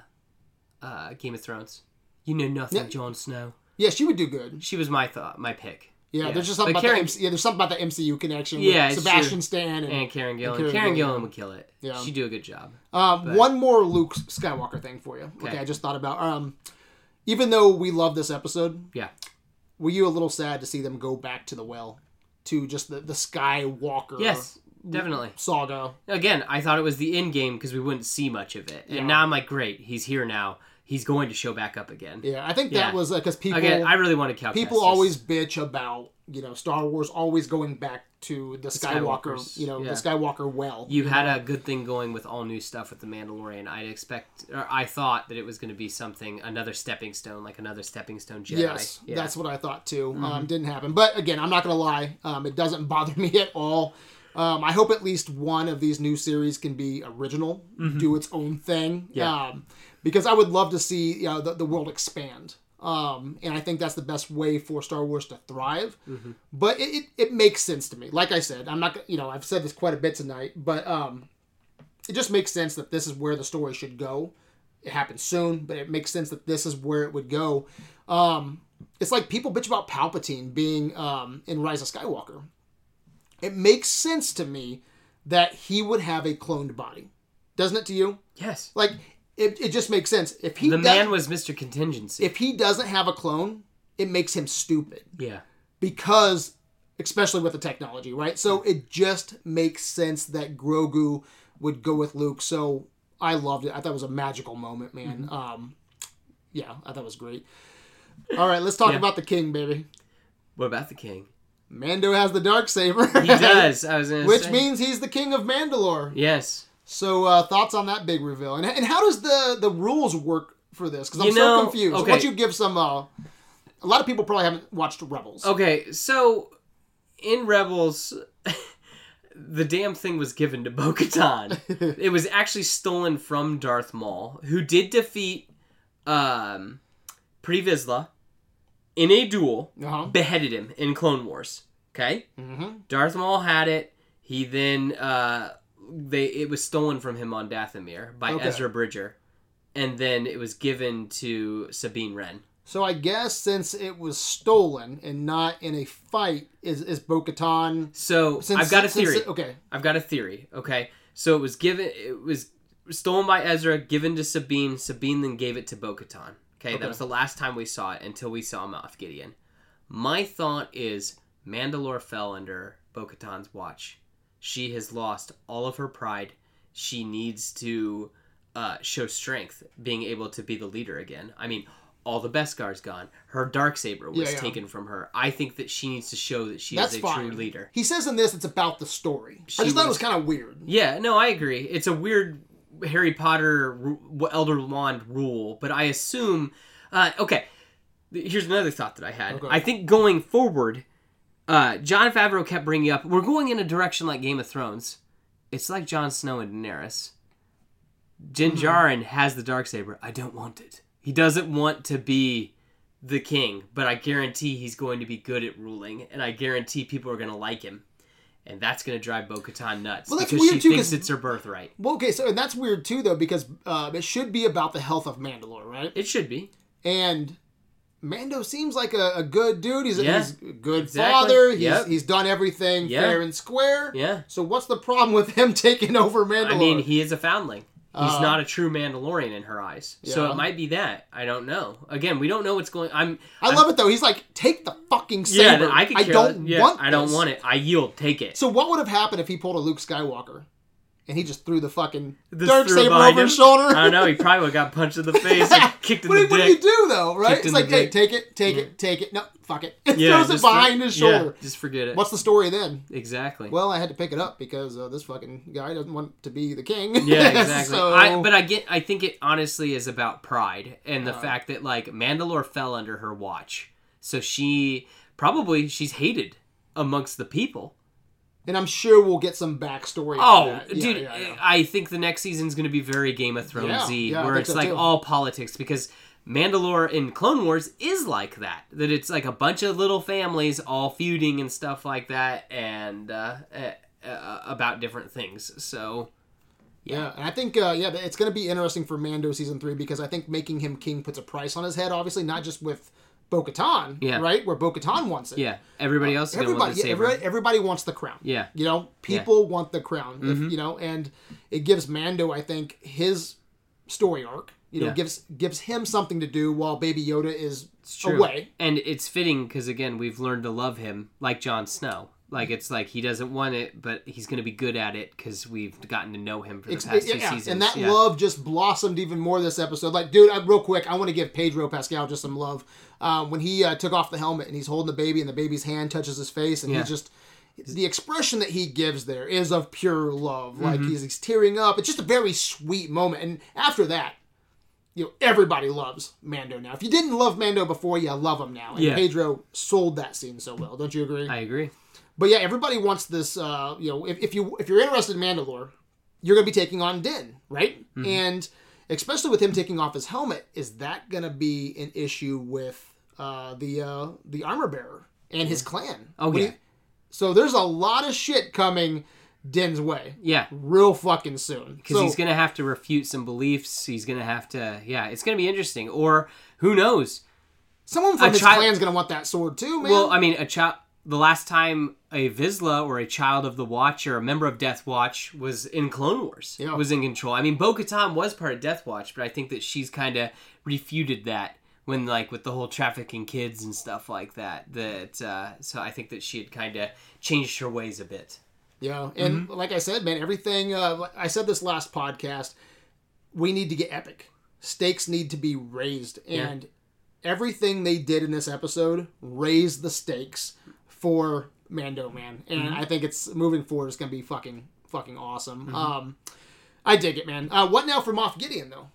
uh, Game of Thrones? You know nothing, Yeah. Jon Snow. Yeah, she would do good. She was my thought, my pick. Yeah, Yeah. there's just something But about Karen- the MC, yeah, there's something about the MCU connection. Yeah, with it's Sebastian true. Stan and, And Karen Gillan. Karen Karen, Gillan. Gillan would kill it. Yeah. She'd do a good job. um, one more Luke Skywalker thing for you. Okay. Okay. I just thought about. Um, even though we love this episode, Yeah. were you a little sad to see them go back to the well, to just the the Skywalker Yes, definitely. saga? Again, I thought it was the end game because we wouldn't see much of it. And Yeah. now I'm like, great, he's here now. He's going to show back up again. Yeah, I think that Yeah. was because people Again, I really wanted Cal people Kestis. always bitch about you know Star Wars always going back to the Skywalker, Skywalkers, you know yeah. the Skywalker well. You had a good thing going with all new stuff with the Mandalorian. I'd expect, or I thought that it was going to be something, another stepping stone, like another stepping stone Jedi. yes, Yeah. Mm-hmm. that's what I thought too. Um, didn't happen, but again, I'm not gonna lie, um, it doesn't bother me at all. Um, I hope at least one of these new series can be original, do its own thing, Mm-hmm. Yeah. um, because I would love to see you know, the, the world expand. Um, and I think that's the best way for Star Wars to thrive. Mm-hmm. But it, it, it makes sense to me. Like I said, I'm not, gonna- you know, I've said this quite a bit tonight, but um, it just makes sense that this is where the story should go. It happens soon, but it makes sense that this is where it would go. Um, it's like people bitch about Palpatine being um, in Rise of Skywalker. It makes sense to me that he would have a cloned body, doesn't it to you? Yes. Like it, it just makes sense. If he The does- man was Mr. Contingency. if he doesn't have a clone, it makes him stupid yeah. because especially with the technology, right? So it just makes sense that Grogu would go with Luke. So I loved it. I thought it was a magical moment, Mm-hmm. man. Um, yeah, I thought it was great. All right, let's talk about the king, baby. What about the king? Mando has the dark saber. He does. I was gonna Which say. means he's the king of Mandalore. yes. So, uh, thoughts on that big reveal, and, and how does the the rules work for this? Because I'm You so know, confused. Why okay. don't you give some uh, A lot of people probably haven't watched Rebels. Okay, so in Rebels, the damn thing was given to Bo Katan. it was actually stolen from Darth Maul, who did defeat um, Pre Vizsla in a duel, Uh-huh. beheaded him in Clone Wars. Okay? Mm-hmm. Darth Maul had it. He then uh, they it was stolen from him on Dathomir by Okay. Ezra Bridger, and then it was given to Sabine Wren. So I guess since it was stolen and not in a fight, is is Bo-Katan? So Since, I've got a since- theory. okay, I've got a theory. Okay, so it was given. It was stolen by Ezra, given to Sabine. Sabine then gave it to Bo-Katan. Okay, Okay. that was the last time we saw it until we saw Moff Gideon. My thought is Mandalore fell under Bo-Katan's watch. She has lost all of her pride. She needs to uh, show strength, being able to be the leader again. I mean, all the Beskars gone. Her dark saber was Yeah, yeah. taken from her. I think that she needs to show that she that's is a fine. true leader. He says in this it's about the story. She I just thought it was- was kind of weird. Yeah, no, I agree. It's a weird Harry Potter ru- Elder Wand rule, but I assume. Uh, okay, th- here's another thought that I had. Okay. I think going forward, uh, John Favreau kept bringing up we're going in a direction like Game of Thrones. It's like Jon Snow and Daenerys. Jin Mm-hmm. Djarin has the dark saber. I don't want it. He doesn't want to be the king, but I guarantee he's going to be good at ruling, and I guarantee people are going to like him. And that's going to drive Bo Katan nuts Well, that's because weird, she too, thinks 'cause- it's her birthright. Well, okay, so and that's weird too, though, because uh, it should be about the health of Mandalore, right? It should be. And Mando seems like a, a good dude. He's, Yeah, he's a good exactly. father. He's, Yep. he's done everything Yeah. fair and square. Yeah. So what's the problem with him taking over Mandalore? I mean, he is a foundling. He's Uh, not a true Mandalorian in her eyes. So Yeah. it might be that. I don't know. Again, we don't know what's going I'm I I'm- love it though. He's like, take the fucking Yeah, saber. I could care don't less. Yeah, want. I don't this." want it. I yield. Take it. So what would have happened if he pulled a Luke Skywalker, and he just threw the fucking This dark threw saber behind over him. his shoulder? I don't know. He probably got punched in the face and kicked in what, the do- what do you dick. do though? Right? Kicked It's in like, the hey, dick. take it, take it, take it. No, fuck it. It Yeah, throws it just throw- behind his shoulder. Yeah, just forget it. What's the story then? exactly. Well, I had to pick it up because uh, this fucking guy doesn't want to be the king. yeah, exactly. so, I, but I get. I think it honestly is about pride and Uh-huh. the fact that like Mandalore fell under her watch, so she probably she's hated amongst the people. and I'm sure we'll get some backstory. on Oh, that. Yeah, dude, yeah, yeah. I think the next season's going to be very Game of Thronesy, Yeah, yeah, I where think it's so, like too. all politics because Mandalore in Clone Wars is like that. That it's like a bunch of little families all feuding and stuff like that, and uh, uh, uh, about different things. So Yeah, and I think uh, yeah, it's going to be interesting for Mando season three because I think making him king puts a price on his head. Obviously, not just with Bo-Katan, Yeah. right? Where Bo-Katan wants it. yeah, everybody else is going to want Uh, everybody, the yeah, saber. everybody, everybody wants the crown. Yeah. Mm-hmm. you know, people want the crown. If, you know, and it gives Mando, I think, his story arc. You know, Yeah. gives gives him something to do while Baby Yoda is true. away. And it's fitting because again, we've learned to love him like Jon Snow. Like it's like he doesn't want it, but he's going to be good at it because we've gotten to know him for the Ex- past two yeah, seasons. And that Yeah. love just blossomed even more this episode. Like, dude, I, real quick, I want to give Pedro Pascal just some love. Um, when he uh, took off the helmet and he's holding the baby, and the baby's hand touches his face, and Yeah. he just. The expression that he gives there is of pure love. Like Mm-hmm. he's, he's tearing up. It's just a very sweet moment. And after that, you know, everybody loves Mando now. If you didn't love Mando before, you love him now. And Yeah. Pedro sold that scene so well. Don't you agree? I agree. But yeah, everybody wants this. Uh, you know, if, if you if you're interested in Mandalore, you're going to be taking on Din, right? Mm-hmm. And especially with him taking off his helmet, is that going to be an issue with uh, the uh, the armor bearer and his clan? Oh, What do yeah. you- so there's a lot of shit coming Din's way, Yeah, real fucking soon. because So- he's going to have to refute some beliefs. He's going to have to, yeah, it's going to be interesting. Or who knows? someone from a his child- clan's going to want that sword too, man. Well, I mean, a child. The last time a Vizsla or a child of the Watch or a member of Death Watch was in Clone Wars, Yeah. was in control. I mean, Bo Katan was part of Death Watch, but I think that she's kind of refuted that when, like, with the whole trafficking kids and stuff like that. That uh, so I think that she had kind of changed her ways a bit. Yeah, and Mm-hmm. like I said, man, everything. Uh, like- I said this last podcast. We need to get epic. Stakes need to be raised, and everything they did in this episode raised the stakes for Mando Man, and Mm-hmm. I think it's moving forward. It's gonna be fucking fucking awesome. Um, I dig it, man. Uh, what now for Moff Gideon though?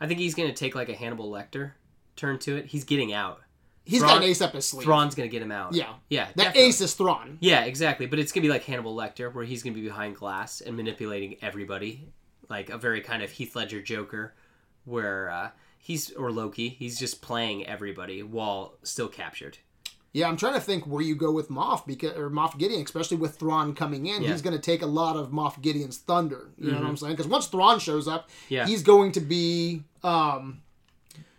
I think he's going to take like a Hannibal Lecter turn to it. He's getting out. He's Thrawn- got an ace up his sleeve. Thrawn's gonna get him out. Yeah. yeah, That definitely. ace is Thrawn. Yeah, exactly. But it's gonna be like Hannibal Lecter, where he's gonna be behind glass and manipulating everybody, like a very kind of Heath Ledger Joker, where uh, he's or Loki, he's just playing everybody while still captured. Yeah, I'm trying to think where you go with Moff because or Moff Gideon, especially with Thrawn coming in, Yeah. Mm-hmm. he's going to take a lot of Moff Gideon's thunder. You know what I'm saying? Because once Thrawn shows up, Yeah. he's going to be um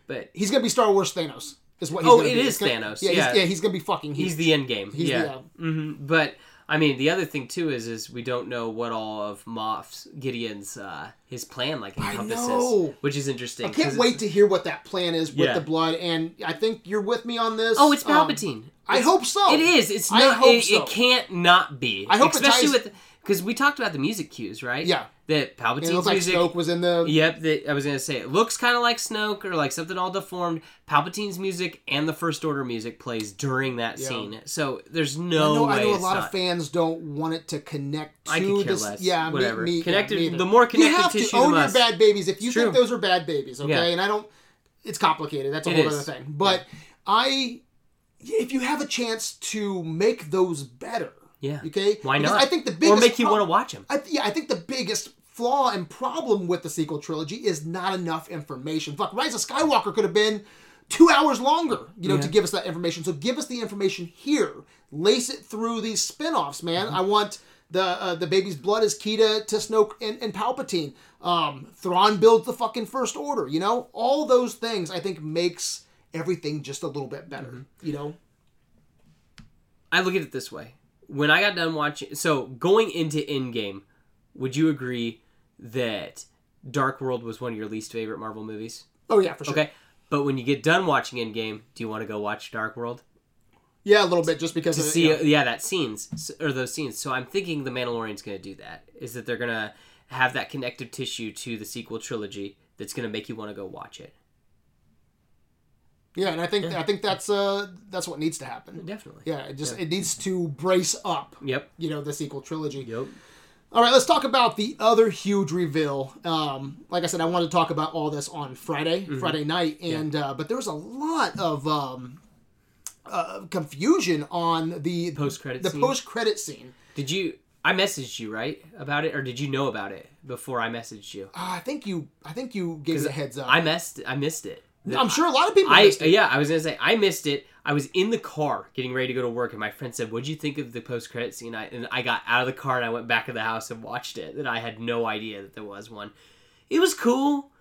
But he's going to be Star Wars Thanos. Is what? He's Oh, gonna it be. is It's gonna- Thanos, Yeah, He's, yeah. yeah, he's going to be fucking. he's huge. the end game. He's the- um, yeah. yeah. hmm But I mean, the other thing too is is we don't know what all of Moff's Gideon's uh, his plan like encompasses, know. which is interesting. I can't wait to hear what that plan is with Yeah. the blood, and I think you're with me on this. Oh, it's Um, Palpatine. I hope so. It is. It's I not. hope it, so. it can't not be. I hope it especially ties- with because we talked about the music cues, right? Yeah. That And Palpatine's it looks like music. Snoke was in the. Yep. That I was gonna say. It looks kind of like Snoke or like something all deformed. Palpatine's music and the First Order music plays during that scene. So there's no I know, way. I know a it's lot not. of fans don't want it to connect to I could care this. less. Yeah, me- Whatever. Me, yeah, Connected- me either. the more you connected have to tissue, the own your must. bad babies. If you think true. those are bad babies, okay, Yeah. and I don't. It's complicated. That's a It whole is. other thing. But I, if you have a chance to make those better, Yeah. okay, Why Because not? I think the or biggest make you prob- want to watch him. I th- yeah, I think the biggest flaw and problem with the sequel trilogy is not enough information. Fuck, Rise of Skywalker could have been two hours longer, you know, to give us that information. So give us the information here. Lace it through these spin-offs, man. Mm-hmm. I want the uh, the baby's blood is key to, to Snoke and, and Palpatine. Um, Thrawn builds the fucking First Order, you know? All those things, I think, makes everything just a little bit better, Mm-hmm. you know? I look at it this way. When I got done watching, so going into Endgame, would you agree that Dark World was one of your least favorite Marvel movies? Oh, yeah, for sure. Okay. But when you get done watching Endgame, do you want to go watch Dark World? Yeah, a little bit, just because To of it, see, Uh, uh, yeah. yeah. that scenes s- or those scenes. So I'm thinking the Mandalorian's going to do that. Is that they're going to have that connective tissue to the sequel trilogy that's going to make you want to go watch it. Yeah, and I think I think that's uh that's what needs to happen. Definitely. Yeah, it just it needs to brace up, Yep. you know, the sequel trilogy. Yep. All right, let's talk about the other huge reveal. Um, like I said, I wanted to talk about all this on Friday, Mm-hmm. Friday night, and uh, but there was a lot of um, uh, confusion on the Post-credit the scene. post credit scene. Did you? I messaged you right about it, or did you know about it before I messaged you? Uh, I think you I think you gave a heads up. I messed. I missed it. I'm sure a lot of people. I missed it. yeah, I was gonna say I missed it. I was in the car getting ready to go to work, and my friend said, "What'd you think of the post credit scene?" I, and I got out of the car and I went back to the house and watched it. That I had no idea that there was one. It was cool.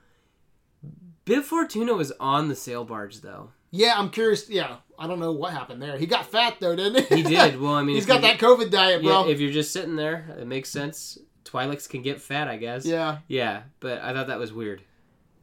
Bib Fortuna was on the sail barge though. Yeah, I'm curious. Yeah, I don't know what happened there. He got fat though, didn't he? He did. Well, I mean, He's if got you- that COVID diet, Yeah, bro. if you're just sitting there, it makes sense. Twi'leks can get fat, I guess. yeah. Yeah, but I thought that was weird.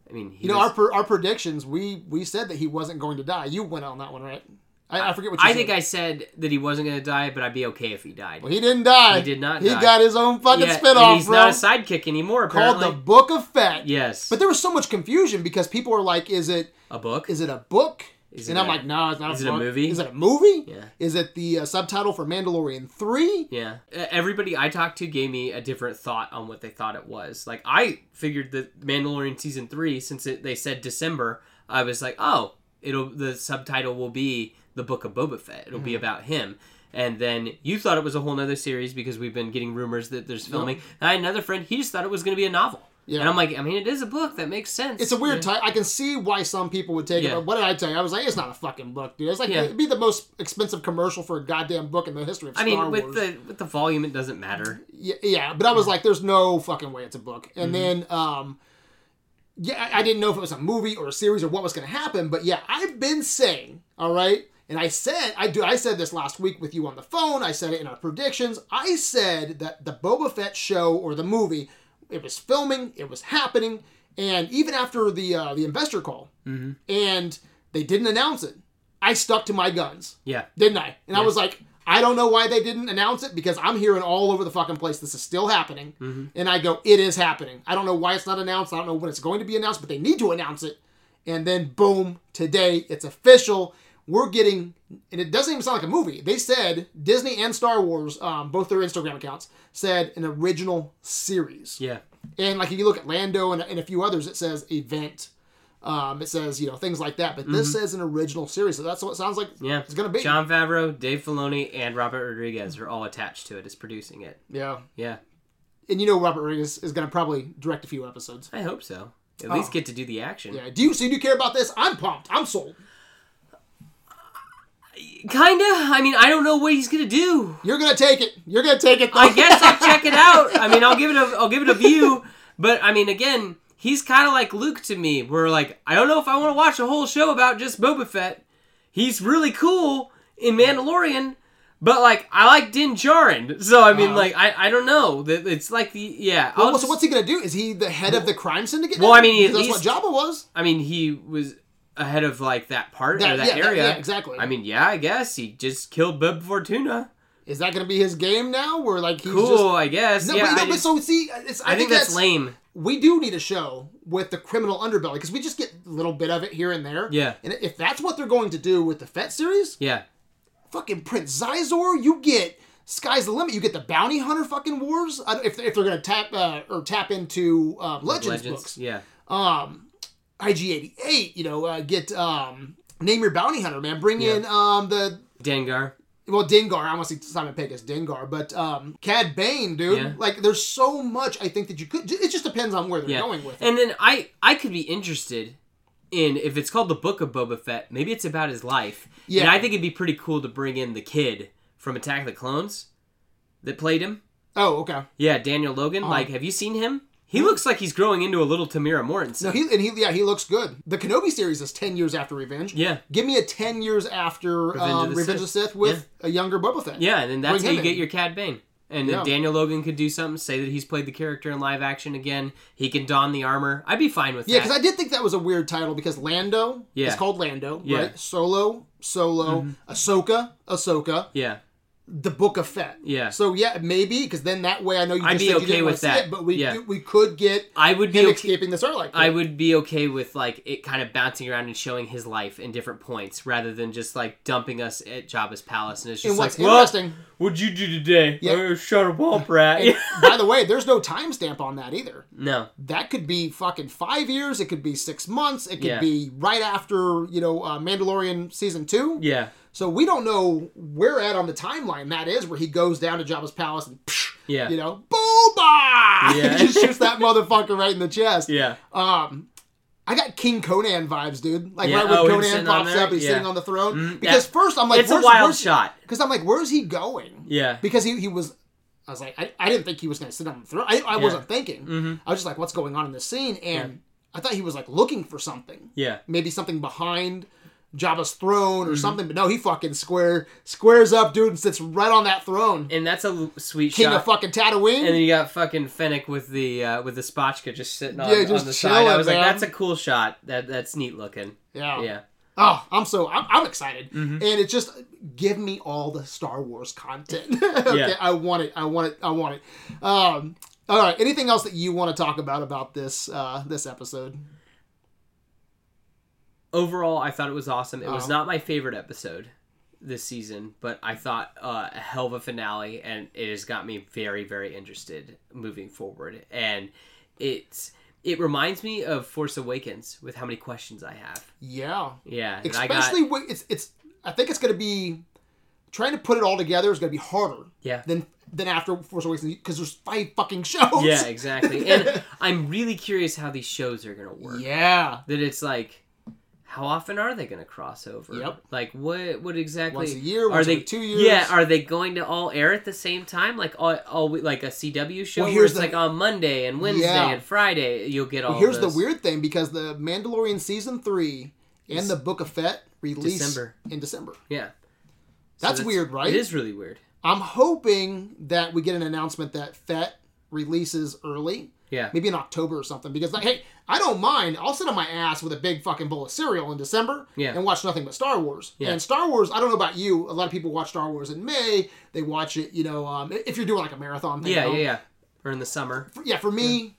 I mean, he You know, was- our per, our predictions, we we said that he wasn't going to die. You went on that one, right? I, I forget what you I said. think I said that he wasn't gonna die, but I'd be okay if he died. Well, he didn't die. He did not He die. got his own fucking Yeah, and spinoff, he's bro. not a sidekick anymore. called Apparently. the Book of Fett. Yes. But there was so much confusion because people are like, "Is it a book? is it a book?" Is and it I'm a- like, "No, it's not is a it a book. movie? Is it a movie? Yeah. Is it the uh, subtitle for Mandalorian three? yeah. Uh, Everybody I talked to gave me a different thought on what they thought it was. Like I figured that Mandalorian season 3 since it, they said December, I was like, "Oh, it'll the subtitle will be The Book of Boba Fett. It'll Mm-hmm. be about him." And then you thought it was a whole nother series because we've been getting rumors that there's filming. And I had another friend, he just thought it was going to be a novel. Yeah. And I'm like, I mean, it is a book. That makes sense. It's a weird title. I can see why some people would take it. Yeah. But what did I tell you? I was like, "It's not a fucking book, dude. It's like Yeah. it'd be the most expensive commercial for a goddamn book in the history of I Star mean, with Wars." the with the volume, it doesn't matter. Yeah, yeah, but I was like, there's no fucking way it's a book. And then, um, yeah, I, I didn't know if it was a movie or a series or what was going to happen. But yeah, I've been saying, all right, and I said, I do, I said this last week with you on the phone. I said it in our predictions. I said that the Boba Fett show or the movie, it was filming, it was happening, and even after the uh, the investor call, and they didn't announce it, I stuck to my guns Yeah. didn't I? And I was like, I don't know why they didn't announce it because I'm hearing all over the fucking place this is still happening. Mm-hmm. And I go, it is happening. I don't know why it's not announced. I don't know when it's going to be announced, but they need to announce it. And then boom, today it's official. We're getting, and it doesn't even sound like a movie. They said Disney and Star Wars, um, both their Instagram accounts said an original series. Yeah. And like if you look at Lando and, and a few others, it says event. Um, it says you know things like that, but this says an original series, so that's what it sounds like. Mm-hmm. Yeah. it's gonna be. John Favreau, Dave Filoni, and Robert Rodriguez are all attached to it. Is producing it. Yeah, Yeah, and you know Robert Rodriguez is gonna probably direct a few episodes. I hope so. At least get to do the action. Oh. Yeah, do you so you do care about this? I'm pumped. I'm sold. Kinda. I mean, I don't know what he's gonna do. You're gonna take it. You're gonna take it. I guess I'll check it out. I mean, I'll give it a I'll give it a view. But I mean, again, he's kind of like Luke to me. Where like I don't know if I want to watch a whole show about just Boba Fett. He's really cool in Mandalorian, but like I like Din Djarin. So I mean, Uh-huh. like I I don't know. That- It's like the yeah. I'll Well, so just- what's he gonna do? Is he the head of the crime syndicate? Well, now? I mean, he at Because that's what least- Jabba was. I mean, he was ahead of like that part That- or that yeah, that- area. yeah, exactly. I mean, yeah, I guess he just killed Bub Fortuna. Is that gonna be his game now? Where like he's Cool, just I guess. no, yeah, but, you know, I, but just- so see, it's, I, I think that's lame. we do need a show with the criminal underbelly because we just get a little bit of it here and there. Yeah. And if that's what they're going to do with the Fett series, Yeah. fucking Prince Zizor, you get Sky's the Limit. You get the Bounty Hunter fucking wars. I don't- If, if they're going to tap uh, or tap into uh, Legends, Legends. books, Yeah. IG88, you know, uh, get um, Name Your Bounty Hunter, man. Bring in um, the. Dengar. Well, Dengar, I want to see Simon Pegg as Dengar, but um, Cad Bane, dude. Yeah. Like, there's so much I think that you could. It just depends on where they're Yeah. going with it. And then I I could be interested in if it's called the Book of Boba Fett. Maybe it's about his life. Yeah. And I think it'd be pretty cool to bring in the kid from Attack of the Clones that played him. Oh, okay. Yeah, Daniel Logan. Uh-huh. Like, have you seen him? He looks like he's growing into a little Tamira Mortensen. Hmm? No, he and he yeah he looks good. The Kenobi series is ten years after Revenge. Yeah. give me a ten years after Revenge, um, of the Revenge of the Sith with a younger Boba Fett. Yeah, and then Bring that's how him you get in. your Cad Bane. And Yeah. then Daniel Logan could do something, say that he's played the character in live action again. He can don the armor. I'd be fine with yeah, that. because I did think that was a weird title because Lando Yeah. is called Lando, Yeah. Mm-hmm. right? Solo, Solo, Ahsoka, Ahsoka, yeah. the Book of Fett. Yeah. So yeah, maybe because then that way I know you I'd just be said you okay didn't with want to see that. it, but we Yeah. do, we could get I would be him okay. escaping the Sarlacc. I would be okay with like it kind of bouncing around and showing his life in different points rather than just like dumping us at Jabba's palace and it's just and what's like, well, interesting, what'd you do today? Yeah. Uh, shot a womp rat. by the way, there's no timestamp on that either. no. that could be fucking five years. It could be six months. It could Yeah. be right after you know uh, Mandalorian season two. Yeah. So we don't know where at on the timeline that is where he goes down to Jabba's palace and psh, Yeah. you know booba Yeah. just shoots that motherfucker right in the chest. Yeah. Um, I got King Conan vibes, dude. Like Yeah, right when oh, him Conan sitting on pops there? up, he's Yeah. sitting on the throne. Mm, because that- first I'm like, it's a where's, wild where's shot. Because I'm like, where's he going? Yeah. because he, he was I was like I, I didn't think he was gonna sit on the throne I, I wasn't thinking Mm. Mm-hmm. I was just like what's going on in this scene and I thought he was like looking for something Yeah. maybe something behind Jabba's throne or Mm-hmm. something but no he fucking square squares up dude and sits right on that throne And that's a l- sweet king shot. of fucking Tatooine And then you got fucking Fennec with the uh, with the spotchka just sitting on, Yeah, just on the side. I chilling, was man. like, that's a cool shot. That that's neat looking. yeah. Yeah. oh I'm so I'm, I'm excited Mm-hmm. and it just give me all the Star Wars content okay Yeah. I want it I want it I want it um all right anything else that you want to talk about about this uh this episode Overall, I thought it was awesome. It was Oh. not my favorite episode this season, but I thought uh, a hell of a finale, and it has got me very very interested moving forward. And it's it reminds me of Force Awakens with how many questions I have. yeah Yeah, and I got- especially when it's it's i think it's going to be trying to put it all together is going to be harder yeah. than than after force awakens because there's five fucking shows yeah, exactly. And I'm really curious how these shows are going to work. yeah that it's like how often are they going to cross over? Yep. Like what what exactly Once a year, once every two years. Yeah, are they going to all air at the same time? Like all, all we- like a CW show Well, where here's it's the- like on Monday and Wednesday Yeah. and Friday you'll get all here's the those. weird thing because the mandalorian season three and the book of fett release December. in december Yeah. So that's, weird right It is really weird. i'm hoping that we get an announcement that fett releases early Yeah. maybe in October or something. Because like, hey, I don't mind. I'll sit on my ass with a big fucking bowl of cereal in December Yeah. and watch nothing but Star Wars. Yeah. And Star Wars, I don't know about you. A lot of people watch Star Wars in May. They watch it, you know, um, if you're doing like a marathon thing. Yeah, you yeah, know. yeah. Or in the summer. For, yeah, for me,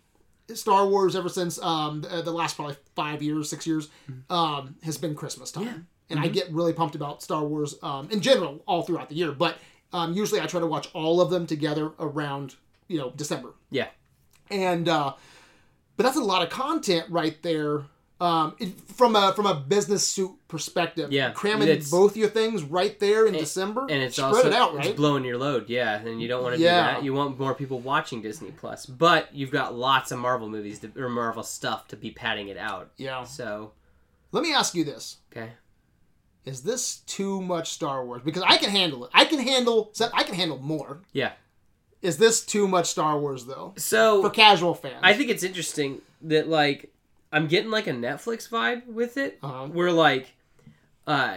Star Wars ever since um, the, the last probably five years, six years, um, has been Christmas time. And Mm-hmm. I get really pumped about Star Wars um, in general all throughout the year. But um, usually I try to watch all of them together around, you know, December Yeah. and uh, but that's a lot of content right there Um, it, from a from a business suit perspective, Yeah, cramming it's- both your things right there in December and it's spread also it out, it's right? blowing your load. Yeah, and you don't want to Yeah. do that. You want more people watching Disney Plus, but you've got lots of Marvel movies to, or Marvel stuff to be padding it out. yeah. So Let me ask you this: okay, Is this too much Star Wars? Because I can handle it. I can handle. I can handle more. yeah. Is this too much Star Wars though So for casual fans? I think it's interesting that like I'm getting like a Netflix vibe with it, Uh-huh. where like, uh,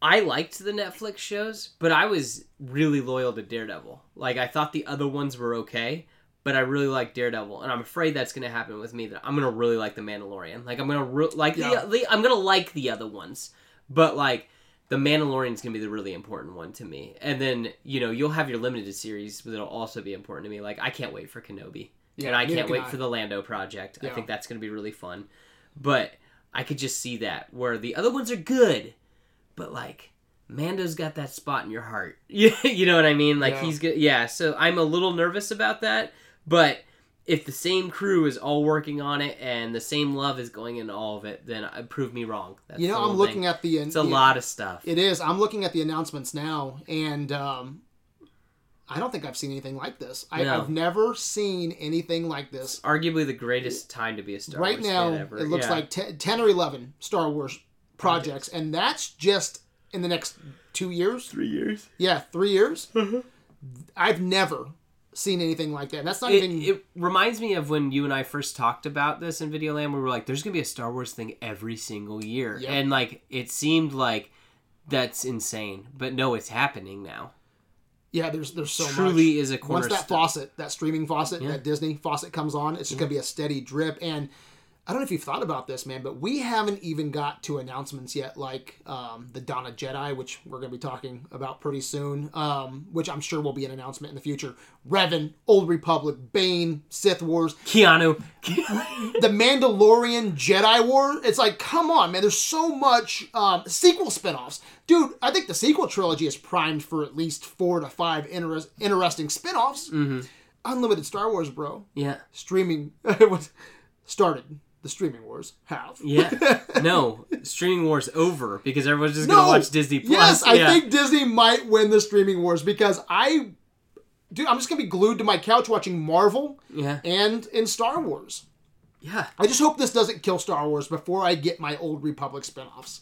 I liked the Netflix shows, but I was really loyal to Daredevil. Like I thought the other ones were okay, but I really like Daredevil, and I'm afraid that's gonna happen with me. That I'm gonna really like the Mandalorian. Like I'm gonna re- like Yeah. the, the I'm gonna like the other ones, but like. The Mandalorian's gonna be the really important one to me, and then you know you'll have your limited series that'll also be important to me. Like I can't wait for Kenobi and I neither can't can wait I. for the Lando project. I Yeah. think that's going to be really fun. But I could just see that where the other ones are good, but like Mando's got that spot in your heart. You, you know what I mean? Like Yeah. he's good. Yeah, so I'm a little nervous about that, but if the same crew is all working on it and the same love is going into all of it, then uh, prove me wrong. That's you know, I'm looking at the. it's a lot of stuff. It is. I'm looking at the announcements now, and um, I don't think I've seen anything like this. I, No. I've never seen anything like this. Arguably the greatest time to be a Star right Wars now, fan ever. it looks Yeah. like te- 10 or 11 Star Wars projects, and that's just in the next two years. three years. Yeah, three years. Mm-hmm. I've never seen anything like that. That's not it, even. it reminds me of when you and I first talked about this in Videoland, where we were like, "There's gonna be a Star Wars thing every single year," Yeah. and like it seemed like that's insane, but no, it's happening now. yeah, there's there's so much. Truly is a once cornerstone. that faucet, that streaming faucet, that Disney faucet comes on, it's just Mm-hmm. gonna be a steady drip. And I don't know if you've thought about this, man, but we haven't even got to announcements yet, like um, the Donna Jedi, which we're gonna be talking about pretty soon, um, which I'm sure will be an announcement in the future. Revan, Old Republic, Bane, Sith Wars, Keanu, the Mandalorian Jedi War. It's like, come on, man. There's so much um, sequel spinoffs, dude. I think the sequel trilogy is primed for at least four to five interes- interesting spinoffs. Mm-hmm. Unlimited Star Wars, bro. yeah, Streaming what started the streaming wars. Have yeah. No, streaming war's over because everyone's just gonna watch Disney Plus. Yes, I Yeah. think Disney might win the streaming wars because I, dude, I'm just gonna be glued to my couch watching Marvel Yeah, and in Star Wars. yeah. I just hope this doesn't kill Star Wars before I get my old Republic spinoffs.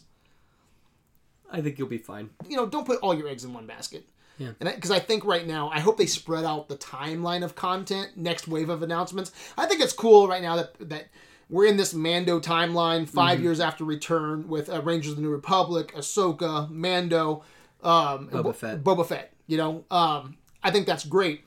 I think you'll be fine. you know, don't put all your eggs in one basket. Yeah. And because I, think right now, I hope they spread out the timeline of content, next wave of announcements. I think it's cool right now that that we're in this Mando timeline, 5 years after Return with uh, Rangers of the New Republic, Ahsoka, Mando, um, and Bo- Fett. Boba Fett. You know, um, I think that's great.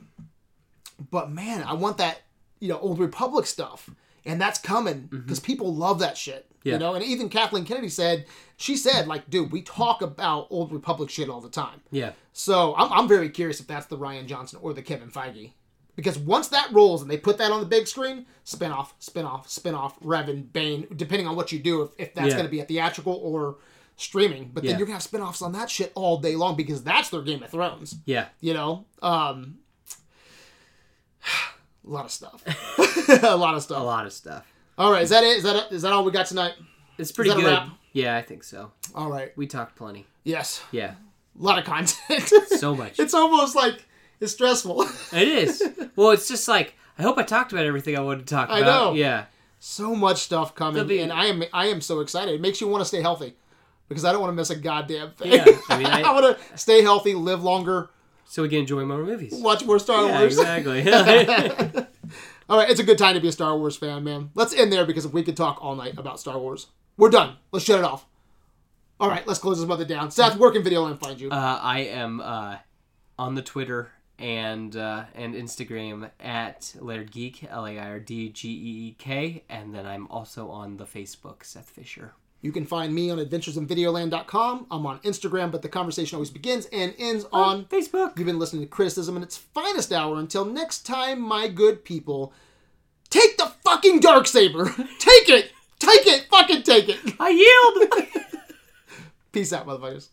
But man, I want that you know old Republic stuff, and that's coming because people love that shit. Mm-hmm. Yeah. You know, and even Kathleen Kennedy said she said like, dude, we talk about old Republic shit all the time. Yeah, So I'm, I'm very curious if that's the Ryan Johnson or the Kevin Feige. Because once that rolls and they put that on the big screen, spinoff, spinoff, spinoff, Revan, Bane, depending on what you do, if, if that's Yeah. going to be a theatrical or streaming. But Yeah. then you're going to have spinoffs on that shit all day long because that's their Game of Thrones, yeah. you know? Um, a lot of stuff. a lot of A stuff. lot of stuff. All right, is that it? Is that, is that all we got tonight? It's pretty that a good. wrap? Yeah, I think so. All right. We talked plenty. Yes. Yeah, A lot of content. so much. it's almost like it's stressful. It is. Well, it's just like I hope I talked about everything I wanted to talk about. I know. Yeah. so much stuff coming, There'll be- and I am I am so excited. It makes you want to stay healthy because I don't want to miss a goddamn thing. Yeah, I I, mean, I- want to stay healthy, live longer, So we can enjoy more movies. watch more Star Yeah, Wars. exactly. All right, it's a good time to be a Star Wars fan, man. Let's end there because if we could talk all night about Star Wars, we're done. Let's shut it off. All right, let's close this mother down. Seth, where can Video Land find you? uh, I am uh, on the Twitter and uh, and Instagram at Laird Geek L A I R D G E E K, and then I'm also on the Facebook Seth Fisher. you can find me on adventuresinvideoland.com. I'm on Instagram, but the conversation always begins and ends on Facebook. You've been listening to Criticism in its finest hour. Until next time, my good people, take the fucking dark saber. take it. Take it. Fucking take it. I yield. Peace out, motherfuckers.